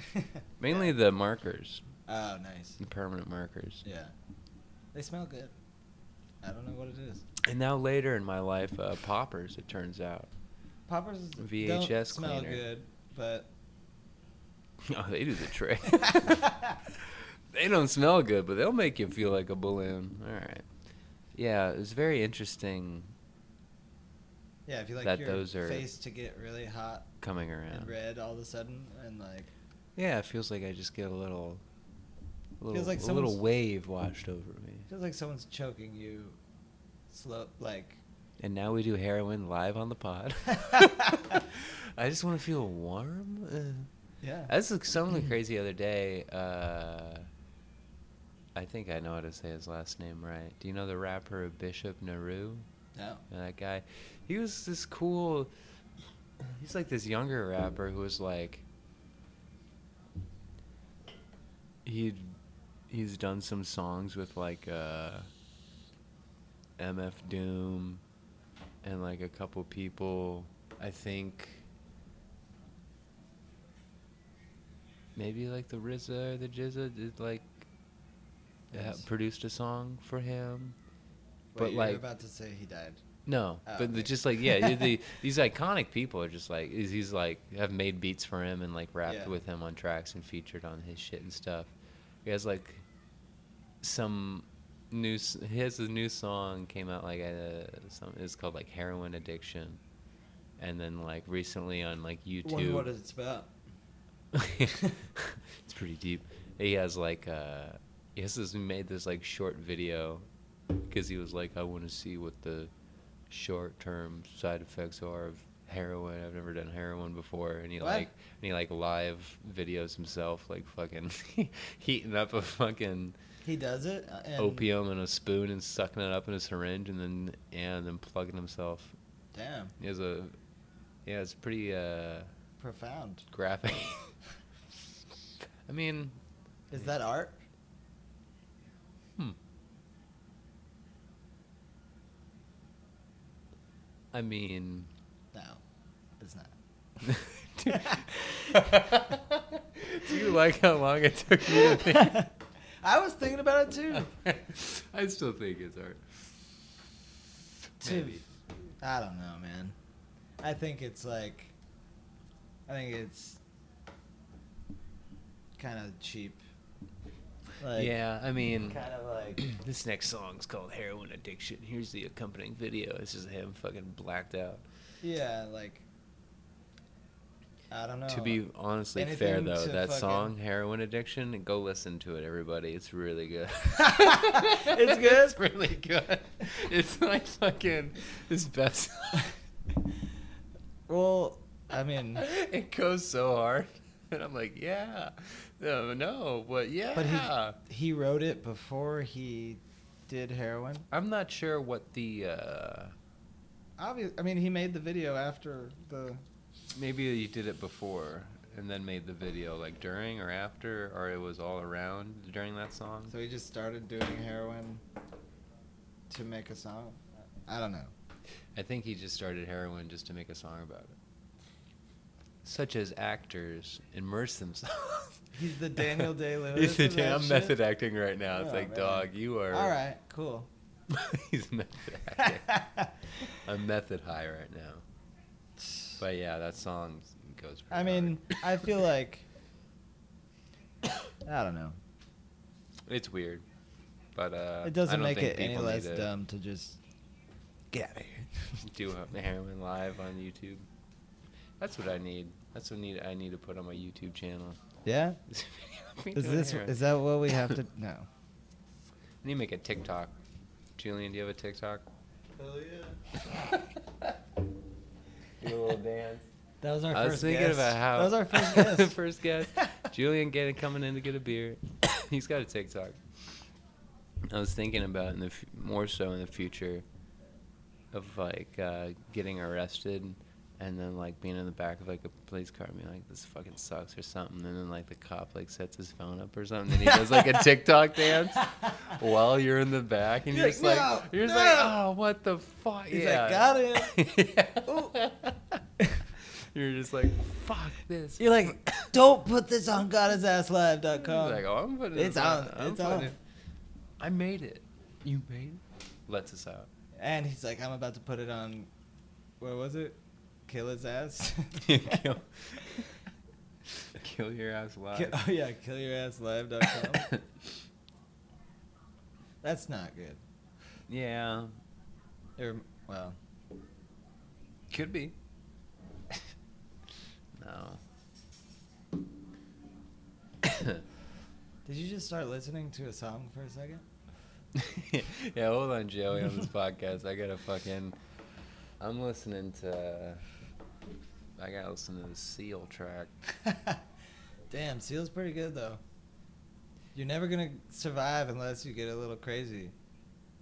mainly the markers,
Oh, nice.
the permanent markers.
Yeah. They smell good. I don't know what it is.
And now later in my life, uh, poppers. It turns out.
Poppers don't
VHS
smell
cleaner.
good, but
Oh, they do the trick. they don't smell good, but they'll make you feel like a balloon. All right. Yeah, it was very interesting
yeah, if you like
That
your
those are-
face to get really hot
coming
and
around.
red all of a sudden, and like
Yeah, it feels like I just get a little, a little,
Feels like
a little
someone's-
wave washed over me.
feels like someone's choking you, slow like
And now we do heroin live on the pod. I just want to feel warm. Uh,
yeah.
That's like
Mm.
something crazy the other day. Uh, I think I know how to say his last name right. Do you know the rapper Bishop Naru?
no.
You know that guy, he was this cool. He's like this younger rapper who was like. He, he's done some songs with like uh, MF Doom, and like a couple people. I think. Maybe like the RZA or the Jizza did like. Uh,
Nice.
produced a song for him.
Wait,
but
you
like-
were about to say he died.
No,
Oh,
but
okay.
the just like yeah, you- the, these iconic people are just like is- he's like have made beats for him and like rapped
Yeah.
with him on tracks and featured on his shit and stuff. He has like some new s- he has a new song came out like uh, some it's called like heroin addiction, and then like recently on like
Wonder
YouTube
what it's about.
it's pretty deep. He has like uh he has this he made this like short video because he was like I want to see what the short term side effects are of heroin. I've never done heroin before and he
What?
like and he like live videos himself like fucking heating up a fucking
He does it. uh, And
opium in a spoon and sucking it up in a syringe and then and then plugging himself.
Damn,
He has a yeah, it's pretty uh
profound.
graphic. I mean,
Is that art?
I mean,
No, it's not.
do, do you like how long it took me to think?
I was thinking about it too.
Oh, I still think it's art.
To- I don't know, man. I think it's like, I think it's kind of cheap. Like,
yeah, I mean,
Kind of like,
this next song's called "Heroin Addiction." Here's the accompanying video. It's just him fucking blacked out.
yeah, like. I don't know.
to be honestly fair,
Anything
though,
to
that
fucking-
song "Heroin Addiction," go listen to it, everybody. It's really good.
It's good?
it's really good. It's like fucking his best.
well, I mean,
it goes so hard, and I'm like, yeah, no, no but yeah.
but he he wrote it before he did heroin.
I'm not sure what the uh,
Obvious. I mean, he made the video after the.
maybe he did it before and then made the video like during or after or it was all around during that song.
So he just started doing heroin to make a song. I don't know.
I think he just started heroin just to make a song about it. Such as actors immerse themselves.
He's the Daniel Day-Lewis
He's the
of that
damn
shit?
method acting right now. It's
Oh,
like,
man.
dog, you are.
All right, cool.
He's method acting. I'm method high right now. But uh, yeah, that song goes.
I
pretty
mean,
hard.
I feel like I don't know.
it's weird, but uh,
It
I
doesn't
don't
make
think
it any
people
less
need to
dumb to just get out of here.
Do a heroin live on YouTube. That's what I need. That's what need I need to put on my YouTube channel.
Yeah.
Is
Is this is that what we have to? No.
I need to make a TikTok. Julian, do you have a TikTok?
Hell yeah.
Do a little dance.
That was our
I was
first
thinking
guess.
about how
that was our first guess.
first guess. Julian getting coming in to get a beer. He's got a TikTok. I was thinking about in the f- more so in the future of like uh, getting arrested and then like being in the back of like a police car and being like this fucking sucks or something and then like the cop like sets his phone up or something and he does like a TikTok dance while you're in the back and you're,
You're
just
like,
like
"No,
you're just like
no."
oh what the fuck
He's like,
yeah.
"Got
yeah. you're just like fuck this
You're like, don't put this on goddessAssLive.com.
like, oh, I'm putting
it's
this
on.
I'm
It's
putting
on.
it- I made it. You made it. Lets us out.
And he's like, I'm about to put it on. What was it? Kill his ass.
kill, kill your ass
Ki-
live.
oh yeah, killyourasslive.com. That's not good.
yeah,
Or, well,
could be. no.
did you just start listening to a song for a second?
yeah, hold on, Joey, on this podcast. I gotta fucking. I'm listening to. I gotta listen to the Seal track.
Damn, Seal's pretty good though. You're never gonna survive unless you get a little crazy.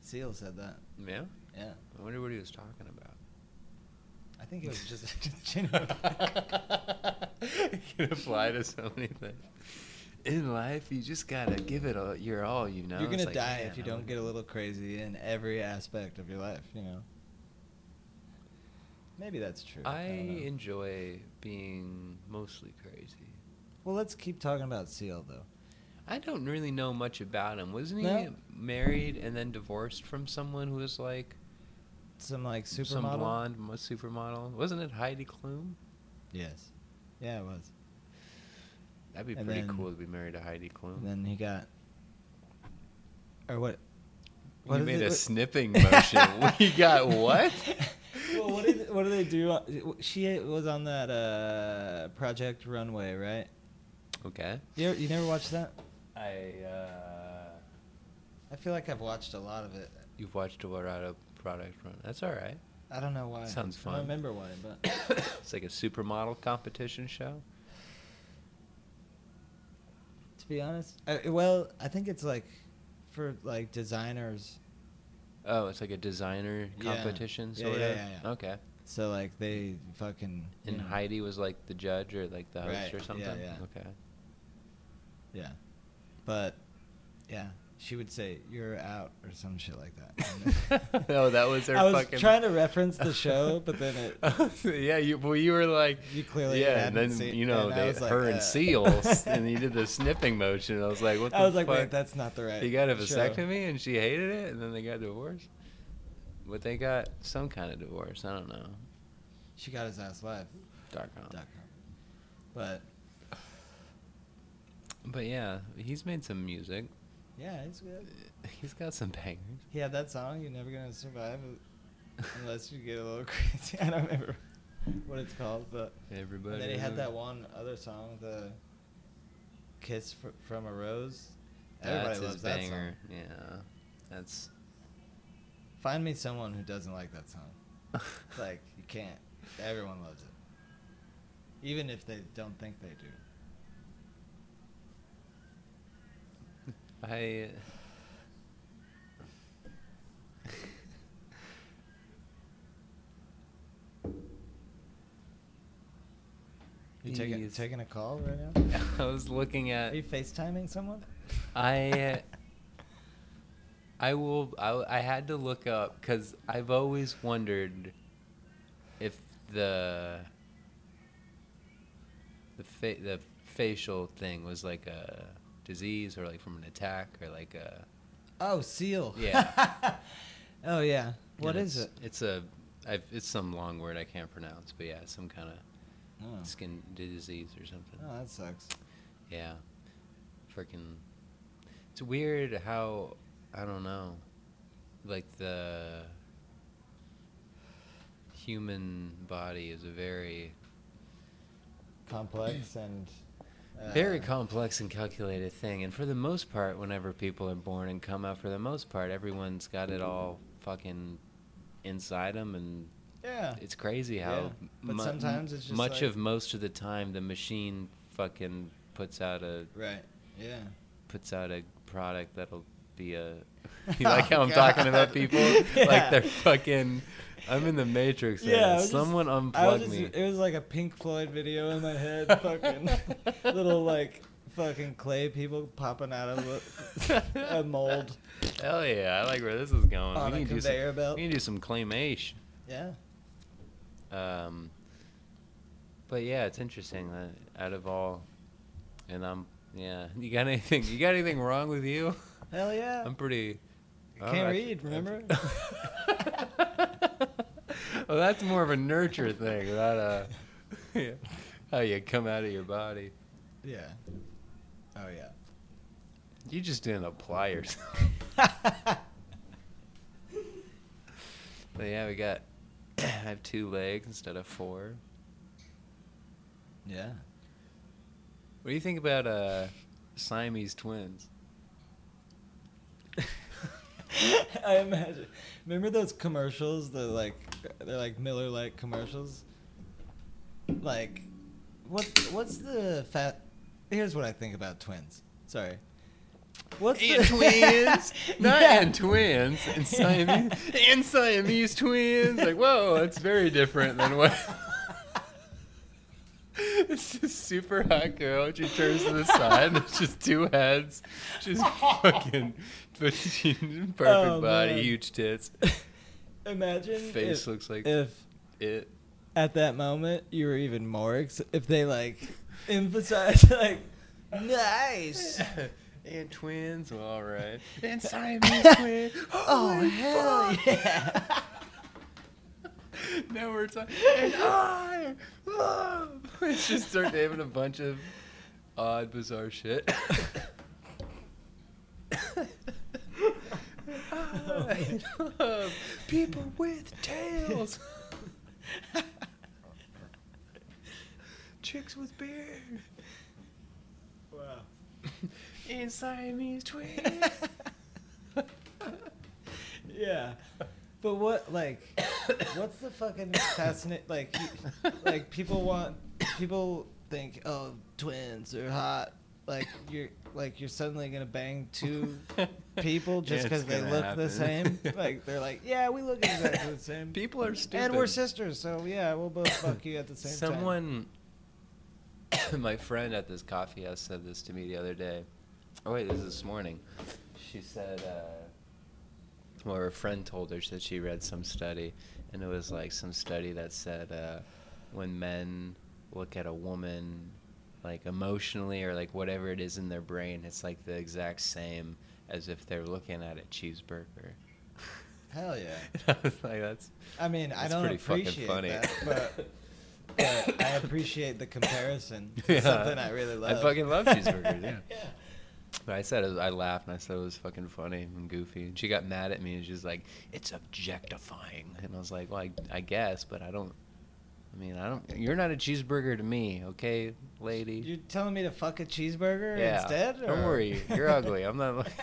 Seal said that.
Yeah?
Yeah,
I wonder what he was talking about.
I think it was just a genuine.
it can apply to so many things. In life, you just gotta give it all, your all, you know.
You're gonna
It's like,
die
man,
if you
I
don't
would-
get a little crazy in every aspect of your life. You know. Maybe that's true.
I
don't know.
enjoy being mostly crazy.
well, let's keep talking about Seal E though.
I don't really know much about him. Wasn't he
No.
married and then divorced from someone who was like
Some like supermodel.
some blonde mo- supermodel? Wasn't it Heidi Klum?
Yes. Yeah, it was.
That'd be
And
pretty
then-
cool to be married to Heidi Klum.
And then he got. Or what?
you
is
made
it-
a
what-
snipping E motion. we got what?
well, what did what do they do? on- She was on that uh, Project Runway, right?
Okay.
You you never watched that?
I uh
I feel like I've watched a lot of it.
You've watched a Warada product run. That's all right.
I don't know why.
Sounds
I
fun.
don't remember why, but
It's like a supermodel competition show.
to be honest, I, well, I think it's like for like designers.
Oh, it's like a designer
Yeah.
competition
Yeah,
sort
yeah,
of.
yeah, yeah.
Okay.
So like they fucking you
And
know,
Heidi was like the judge or like the host
Right,
or
yeah,
something.
yeah.
Okay.
Yeah, but yeah, she would say you're out or some shit like that.
No, that was her
I was
fucking-
trying to reference the show, but then it
yeah, you well you were like
You clearly
yeah,
hadn't
and then
seen-
you know
and I
they,
was like,
her
uh.
and Seals and he did the snipping motion. I was like, what the
I was like,
fuck?
wait, that's not the right.
He got a
show.
vasectomy and she hated it, and then they got divorced. But they got some kind of divorce. I don't know.
She got his ass live.
Dark on.
Dot com. But
But yeah, he's made some music.
yeah, he's good.
He's got some bangers.
He had that song. You're never gonna survive uh, unless you get a little crazy. I don't remember what it's called, but
Everybody.
and then he had that one other song, the "Kiss fr- from a Rose." Everybody
That's
loves
his
that
banger.
song.
Yeah, that's.
Find me someone who doesn't like that song. like you can't. Everyone loves it, even if they don't think they do.
I.
You taking
Jeez.
taking a call right now?
I was looking at.
Are you FaceTiming someone?
I uh, I will I, I had to look up cuz I've always wondered if the the fa- the facial thing was like a disease or like from an attack or like a
Oh, seal.
Yeah.
oh yeah. What
and
is it?
it's- It's a I've, it's some long word I can't pronounce, but yeah, it's some kind of
Oh.
skin disease or something.
oh, that sucks.
Yeah. Freaking. It's weird how. I don't know. Like, the. Human body is a very.
Complex and uh,
very complex and calculated thing. And for the most part, whenever people are born and come out, for the most part, everyone's got it all fucking inside them and
Yeah.
It's crazy how
Yeah, but
mu-
sometimes it's just
much
like-
of most of the time the machine fucking puts out a
right. Yeah.
puts out a product that'll be a you
Oh,
like how I'm talking about
God.
people
Yeah.
like they're fucking I'm in the matrix right now.
I was just-
someone
I was
unplug
just-
me
It was like a Pink Floyd video in my head. fucking little like fucking clay people popping out of a, a mold.
hell yeah I like where this is
On
going
a
Oh, we need to do
conveyor
some,
belt.
we need to do some claymation
Yeah.
Um, but yeah, it's interesting that out of all, and I'm yeah. You got anything? You got anything wrong with you?
Hell yeah.
I'm pretty.
I
oh,
can't
I-
read, remember?
well, that's more of a nurture thing, not a yeah, how you come out of your body.
yeah. Oh yeah.
You just didn't apply yourself. But yeah, we got. I have two legs instead of four.
yeah.
What do you think about uh, Siamese twins?
I imagine. Remember those commercials? They're like they're like Miller Lite commercials. Like, what what's the fat? Here's what I think about twins. Sorry. What's
In twins, not in twins, in Siamese,
Yeah.
in Siamese twins. Like, whoa, that's very different than what. it's just super hot girl. She turns to the side. and It's just two heads, just fucking, perfect
Oh,
body,
man.
huge tits.
Imagine
Face
if-
looks like
if
it.
at that moment you were even more ex- if they like emphasized like nice.
And twins, well, all right. And Siamese twins.
Oh
Holy
hell
fuck.
yeah!
now we're talking. And I love. It's just start naming a bunch of odd, bizarre shit. I love people with tails. Chicks with beard.
Wow.
And Siamese twins.
yeah. But what like what's the fucking fascinate like you- like people want people think oh twins are hot like you're like you're suddenly going to bang two people just
It's
cuz they
gonna
look the
happen.
same like they're like yeah we look exactly the same
People are stupid.
and we're sisters so yeah we'll both fuck you at the same time
Someone, my friend at this coffee house said this to me the other day. Oh wait, this is this morning. She said, uh, well, her friend told her that she read some study, and it was like some study that said uh, when men look at a woman, like emotionally or like whatever it is in their brain, it's like the exact same as if they're looking at a cheeseburger.
hell yeah
I was like, that's
I mean, I
That's
don't
pretty fucking
appreciate
funny.
that, but, but I appreciate the comparison.
Yeah.
It's Something I really
I
love.
fucking love cheeseburgers, yeah.
yeah.
But I said it was, I laughed and I said it was fucking funny and goofy. And she got mad at me and she's like, "It's objectifying." And I was like, "Well, I, I guess, but I don't. I mean, I don't. You're not a cheeseburger to me, okay, lady?
You're telling me to fuck a cheeseburger
yeah.
instead?
Don't
or-
worry, you're ugly. I'm not. Like,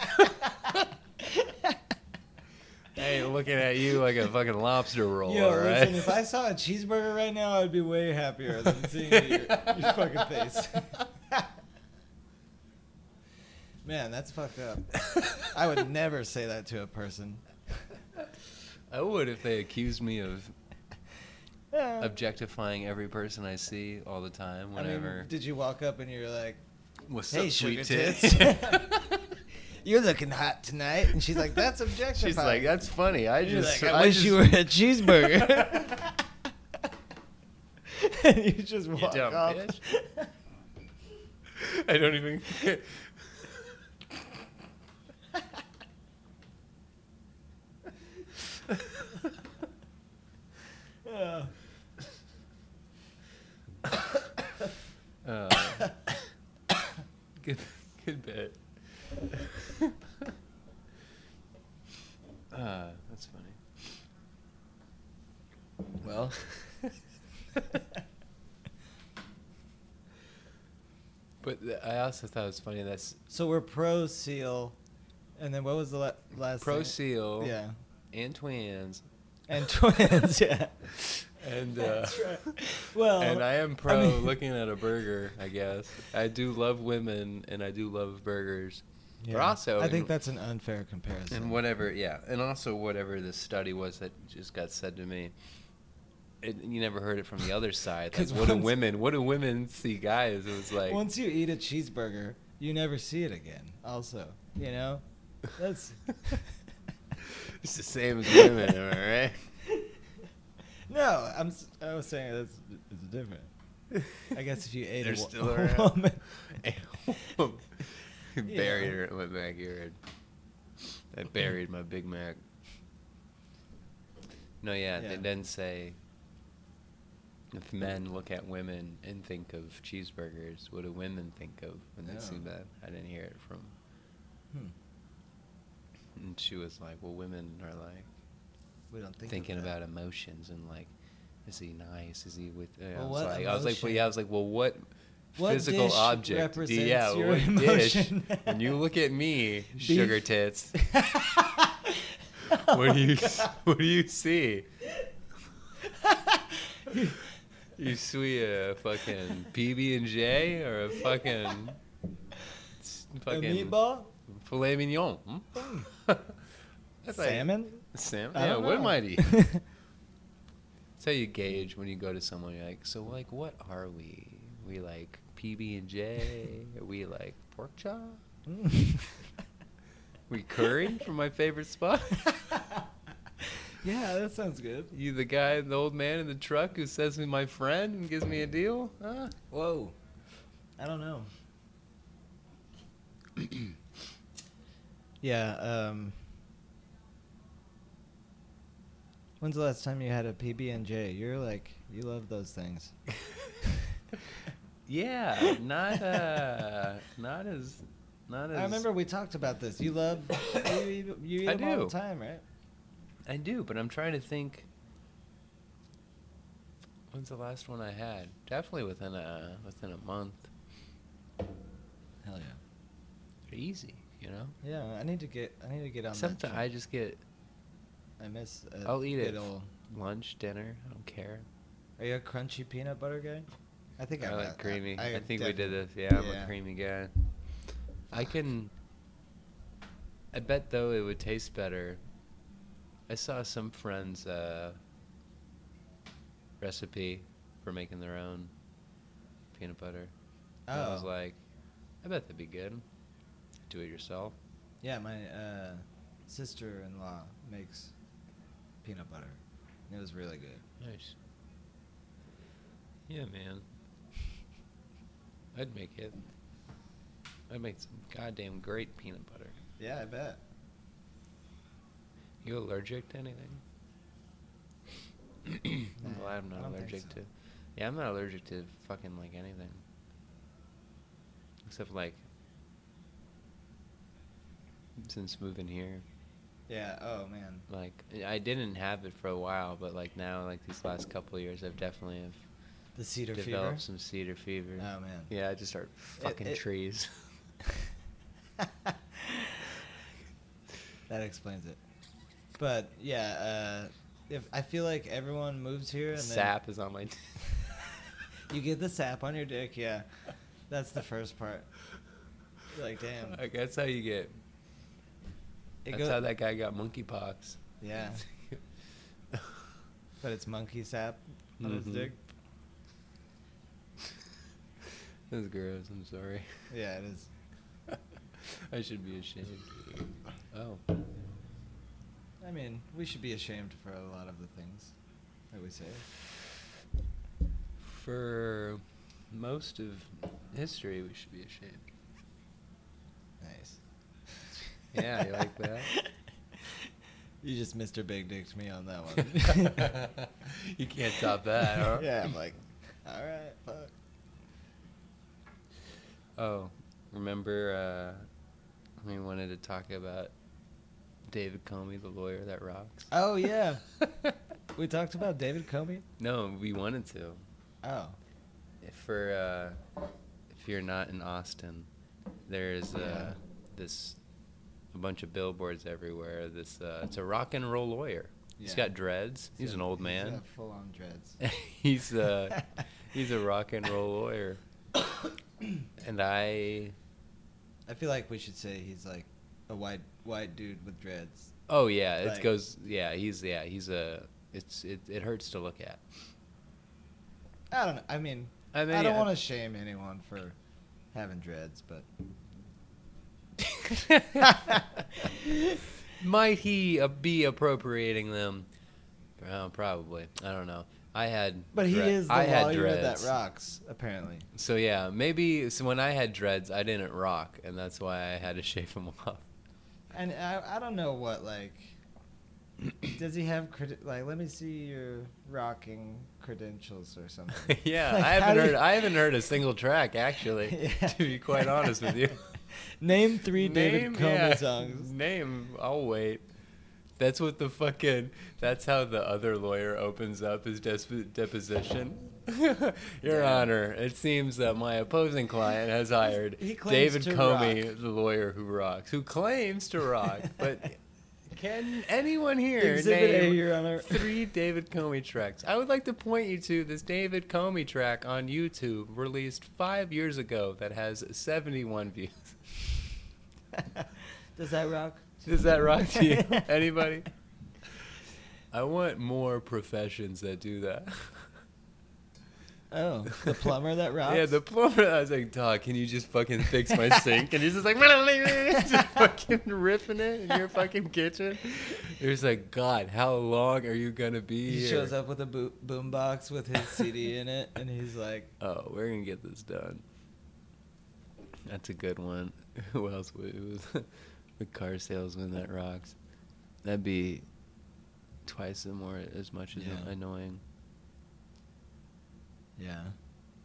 I ain't looking at you like a fucking lobster roll,
Yo,
all right?
listen, if I saw a cheeseburger right now, I'd be way happier than seeing your, your fucking face. Man, that's fucked up. I would never say that to a person.
I would if they accused me of
Yeah.
objectifying every person I see all the time,
I mean,
whenever.
did you walk up and you're like,
What's
Hey,
up, sweet
sugar
tits?
tits. You're looking hot tonight. And she's like, that's objectifying.
She's like, that's funny. I
You're
just,
like, I, wish
just-
you were a cheeseburger. and you just walk
dumb
off.
bitch. I don't even. That's funny.
Well,
but th- I also thought it was funny that's
so we're pro seal, and then what was the la- last
pro
thing?
seal
Yeah,
and twins.
and twins. Yeah.
And uh,
That's right. Well,
and I am pro
mean-
looking at a burger. I guess I do love women, and I do love burgers. But also,
I think
in-
that's an unfair comparison.
and whatever yeah and also whatever the study was that just got said to me it, you never heard it from the other side like
'Cause
what do
once-
women what do women see guys it was like
Once you eat a cheeseburger, you never see it again. Also, you know, that's
it's the same as women am I right
no. I'm. s- I was saying that's it's different. I guess if you ate
They're
a, wo-
still
a
around.
woman,
A woman. buried her in my backyard I buried my Big Mac no yeah,
Yeah.
they then say if men look at women and think of cheeseburgers what do women think of when they see
Yeah.
that I didn't hear it from
Hmm.
And she was like, "Well, women are like
we don't think of
thinking
that.
about emotions and like, is he nice? Is he with?" and I
Well,
was
what
like, I was like, "Well, yeah." I was like, "Well, what,
What
physical
dish
object? do you- yeah,
represents your
what
emotion?
dish? When you look at me, sugar
Beef.
tits,
Oh
what do
my
you
God.
what do you see? You see a fucking PB and J or a fucking s-
A
fucking
meatball?
filet mignon? hmm? That's like-
Salmon?
Salmon?
I
Yeah,
don't
what
know.
am I eating? That's how you gauge when you go to someone. You're like, so like, what are we? We like PB and J. We like pork chop. We curry from my favorite spot.
yeah, that sounds good.
you the guy, the old man in the truck who says he's my friend and gives me a deal. Huh?
Whoa. I don't know. yeah, um When's the last time you had a PB and J? You're like you love those things.
Yeah, not uh, not as, not as.
I remember we talked about this. You love you eat, you eat
I
'em all the
do.
time, right?
I do, but I'm trying to think. When's the last one I had? Definitely within a within a month.
Hell yeah.
They're easy, you know.
Yeah, I need to get I need to get on
Sometimes
that.
I just get
I, I miss i
I'll eat it.
Old,
Uh, lunch, dinner. I don't care.
are you a crunchy peanut butter guy? I think
I,
I'm
like
not-
creamy. I, think we did
definitely-
this. Yeah, I'm
yeah.
a creamy guy. I can. I bet though it would taste better. I saw some friends' uh, recipe for making their own peanut butter. And I was
Oh.
like, I bet that'd be good. Do it yourself.
Yeah, my uh, sister-in-law makes peanut butter. And it was really good.
Nice. Yeah, man. I'd make it. I'd make some goddamn great peanut butter.
Yeah, I bet.
You allergic to anything? I'm
Nah,
glad I'm
I
not
don't think
allergic
so.
to. Yeah, I'm not allergic to fucking like anything. Except like. Since moving here,
Yeah. Oh man.
like I didn't have it for a while, but like now, like these last couple of years, I've definitely have
The cedar
developed
fever.
some cedar fever.
Oh man.
Yeah, I just start fucking
it-
trees.
that explains it. But yeah, uh, if I feel like everyone moves here and then
Sap is on my. T-
you get the sap on your dick. Yeah, that's the first part. You're like, damn.
Like, that's how you get.
It
that's
go-
how that guy got monkeypox.
Yeah, but it's monkey sap on his
Mhm.
dick.
That's gross. I'm sorry.
Yeah, it is.
I should be ashamed. Oh,
I mean, we should be ashamed for a lot of the things that we say.
for most of history, we should be ashamed.
Nice.
Yeah, you like that?
You just Mr. Big Dicked me on that one.
you can't top that. Huh?
yeah, I'm like, all right, fuck.
Oh, remember uh, we wanted to talk about David Comey, the lawyer that rocks.
Oh yeah, we talked about David Comey.
no, we wanted to.
Oh,
If for uh, if you're not in Austin, there is uh, this a bunch of billboards everywhere. This uh, it's a rock and roll lawyer. He's
Yeah.
got dreads. He's an old man.
Full on dreads.
he's uh, he's a rock and roll lawyer. And I
I feel like we should say he's like a white white dude with dreads.
oh yeah, it
Like-
goes yeah he's yeah he's a it's it, it hurts to look at.
I don't know. I mean,
I
I,
mean,
don't
yeah.
want to shame anyone for having dreads, but
Might he uh, be appropriating them? Uh, probably. I don't know. I had.
but he
dre-
is the
I had
lawyer that
dreads.
rocks apparently.
So yeah, maybe so when I had dreads, I didn't rock, and that's why I had to shave them off.
And I, I don't know what like. Does he have credi- like? Let me see your rocking credentials or something.
yeah,
Like,
I
how
haven't
do
heard.
you-
I haven't heard a single track actually.
Yeah.
To be quite honest with you,
Name three David
Name-
Comey
yeah,
songs.
Name. I'll wait. That's what the fucking. That's how the other lawyer opens up his desp- deposition. Your
Yeah.
Honor, it seems that my opposing client has hired
He claims
David
to
Comey,
rock.
the lawyer who rocks, who claims to rock, but can anyone here
Exhibit A,
name
Your Honor.
three David Comey tracks? I would like to point you to this David Comey track on YouTube released five years ago that has 71 views.
Does that rock?
Does that rock to you? Anybody? I want more professions that do that.
Oh, the plumber that rocks.
Yeah, the plumber. I was like, dog, can you just fucking fix my sink? And he's just like, just fucking ripping it in your fucking kitchen. It was like, God, how long are you gonna be
he
here?
shows up with a bo- boom box with his CD in it, and he's like,
Oh, we're gonna get this done. That's a good one. Who else? would- It was the car salesman that rocks. That'd be twice the more as much as
Yeah.
annoying.
yeah,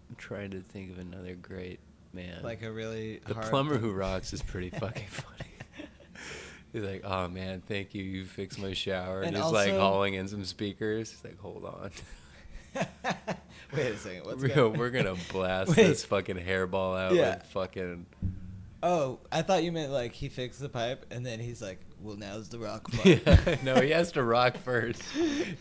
I'm trying to think of another great man.
like a really
The
hard
plumber who rocks is pretty fucking funny. He's like, oh man, thank you. You fixed my shower.
And
just like
also-
hauling in some speakers. He's like, hold on.
Wait a second, what's
we're,
going-
we're gonna blast
Wait.
this fucking hairball out
Yeah.
with fucking.
Oh, I thought you meant like he fixed the pipe, and then he's like, "Well, now's the rock part."
Yeah. no, he has to rock first.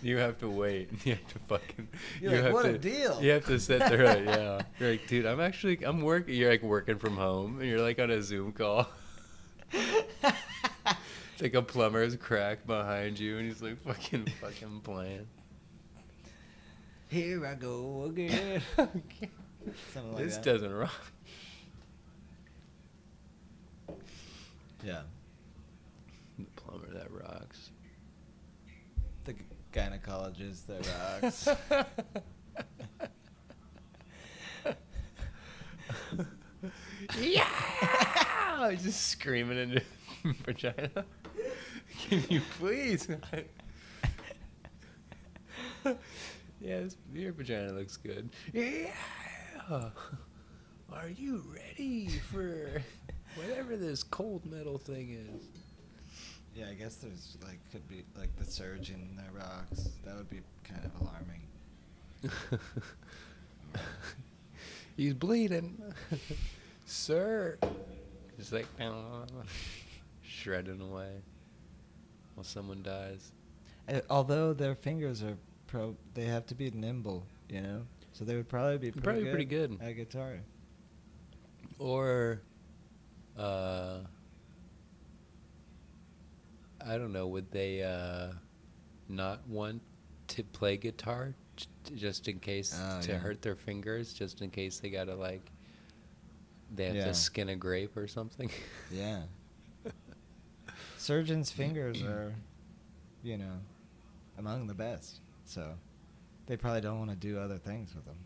You have to wait. You have to fucking.
You're
you
like,
have
"What a
to-
deal."
You have to sit there. Like, yeah. You're like, dude, I'm actually, I'm working. You're like working from home, and you're like on a Zoom call. It's like a plumber's crack behind you, and he's like fucking, fucking playing.
Here I go again. Something like
this
that.
doesn't rock.
Yeah,
The plumber that rocks.
the g- gynecologist that rocks.
yeah! Just screaming into vagina. Can you please? yeah, this, your vagina looks good. Yeah! Are you ready for whatever this cold metal thing is?
yeah, I guess there's like could be like the surgeon that rocks. That would be kind of alarming.
He's bleeding. Sir. Just like shredding away while someone dies.
Uh, although their fingers are pro, they have to be nimble, you know. So they would probably be pretty
Probably
good
pretty good.
at guitar.
Or uh I don't know, would they uh not want to play guitar j- j- just in case
Oh,
to
yeah.
hurt their fingers just in case they got to like they have
Yeah.
to skin a grape or something.
Yeah. Surgeons' fingers are, you know, among the best. So they probably don't want to do other things with them.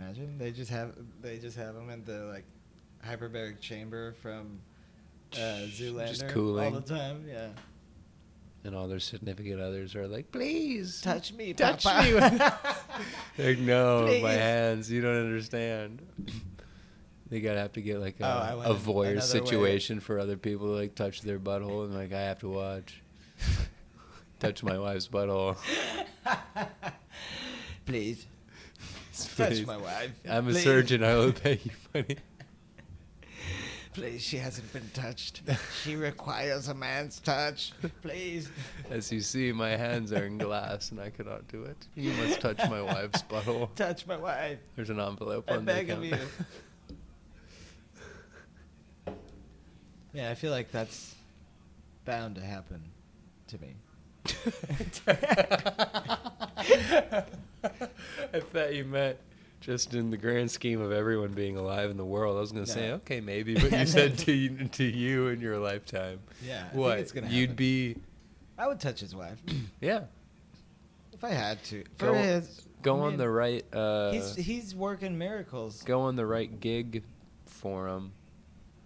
Imagine they just have they just have them in the like hyperbaric chamber from uh,
Just
Zoolander
cooling.
all the time. Yeah.
and all their significant others are like, "Please
Touch me,
touch
Papa."
me." with-" like, no,
Please.
my hands. You don't understand. They gotta have to get like
Oh, I
a,
went
a
an- another
voyeur
way.
situation for other people to like touch their butthole and like I have to watch. touch my wife's butthole.
Please. Touch
Please.
my wife.
I'm a
Please.
surgeon. I will pay you money.
Please, she hasn't been touched. She requires a man's touch. Please.
As you see, my hands are in glass and I cannot do it. You must touch my wife's butthole.
Touch my wife.
There's an envelope
I
on the
beg of
account.
you. Yeah, I feel like that's bound to happen to me.
I thought you meant just in the grand scheme of everyone being alive in the world. I was going to say,
No.
okay, maybe, but you said to to you in your lifetime,
Yeah, I think
what
it's gonna
you'd
happen.
be,
I would touch his wife
yeah,
if I had to.
go,
For his-
go
I
on
mean,
the right, uh,
He's he's working miracles.
go on the right gig forum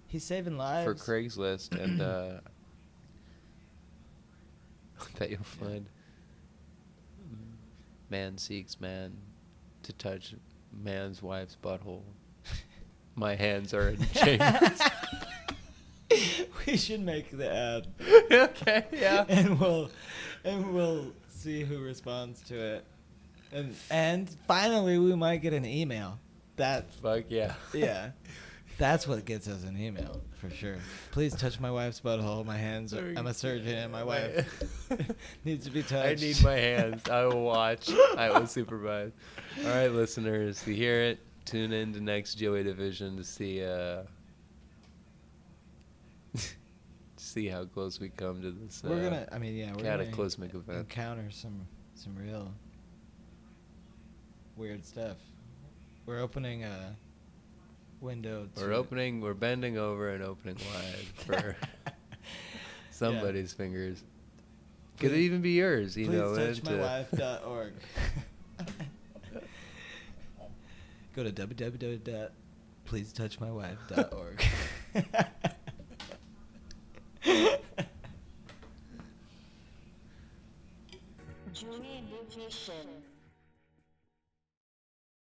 He's saving lives.
for Craigslist, and uh, I bet you'll find man seeks man to touch man's wife's butthole. My hands are in chambers.
we should make the ad.
okay, yeah.
And we'll and we'll see who responds to it. And and finally we might get an email. That
Fuck yeah.
yeah. That's what gets us an email for sure. Please touch my wife's butthole. My hands. Are, I'm a surgeon, and my wife needs to be
I
touched.
need my hands. I will watch. I will supervise. All right, listeners, you hear it. Tune in to next Joey Division to see uh, see how close we come to this. Uh,
We're gonna. I mean, yeah, we're
cataclysmic
gonna
event.
encounter some some real weird stuff. We're opening a window. To
We're opening. We're bending over and opening wide for somebody's fingers. Could it
Please-
even be yours? You
Please
know,
touch
and,
my
uh,
wife dot org. Go to www.pleasetouchmywife.org.
Joey Division.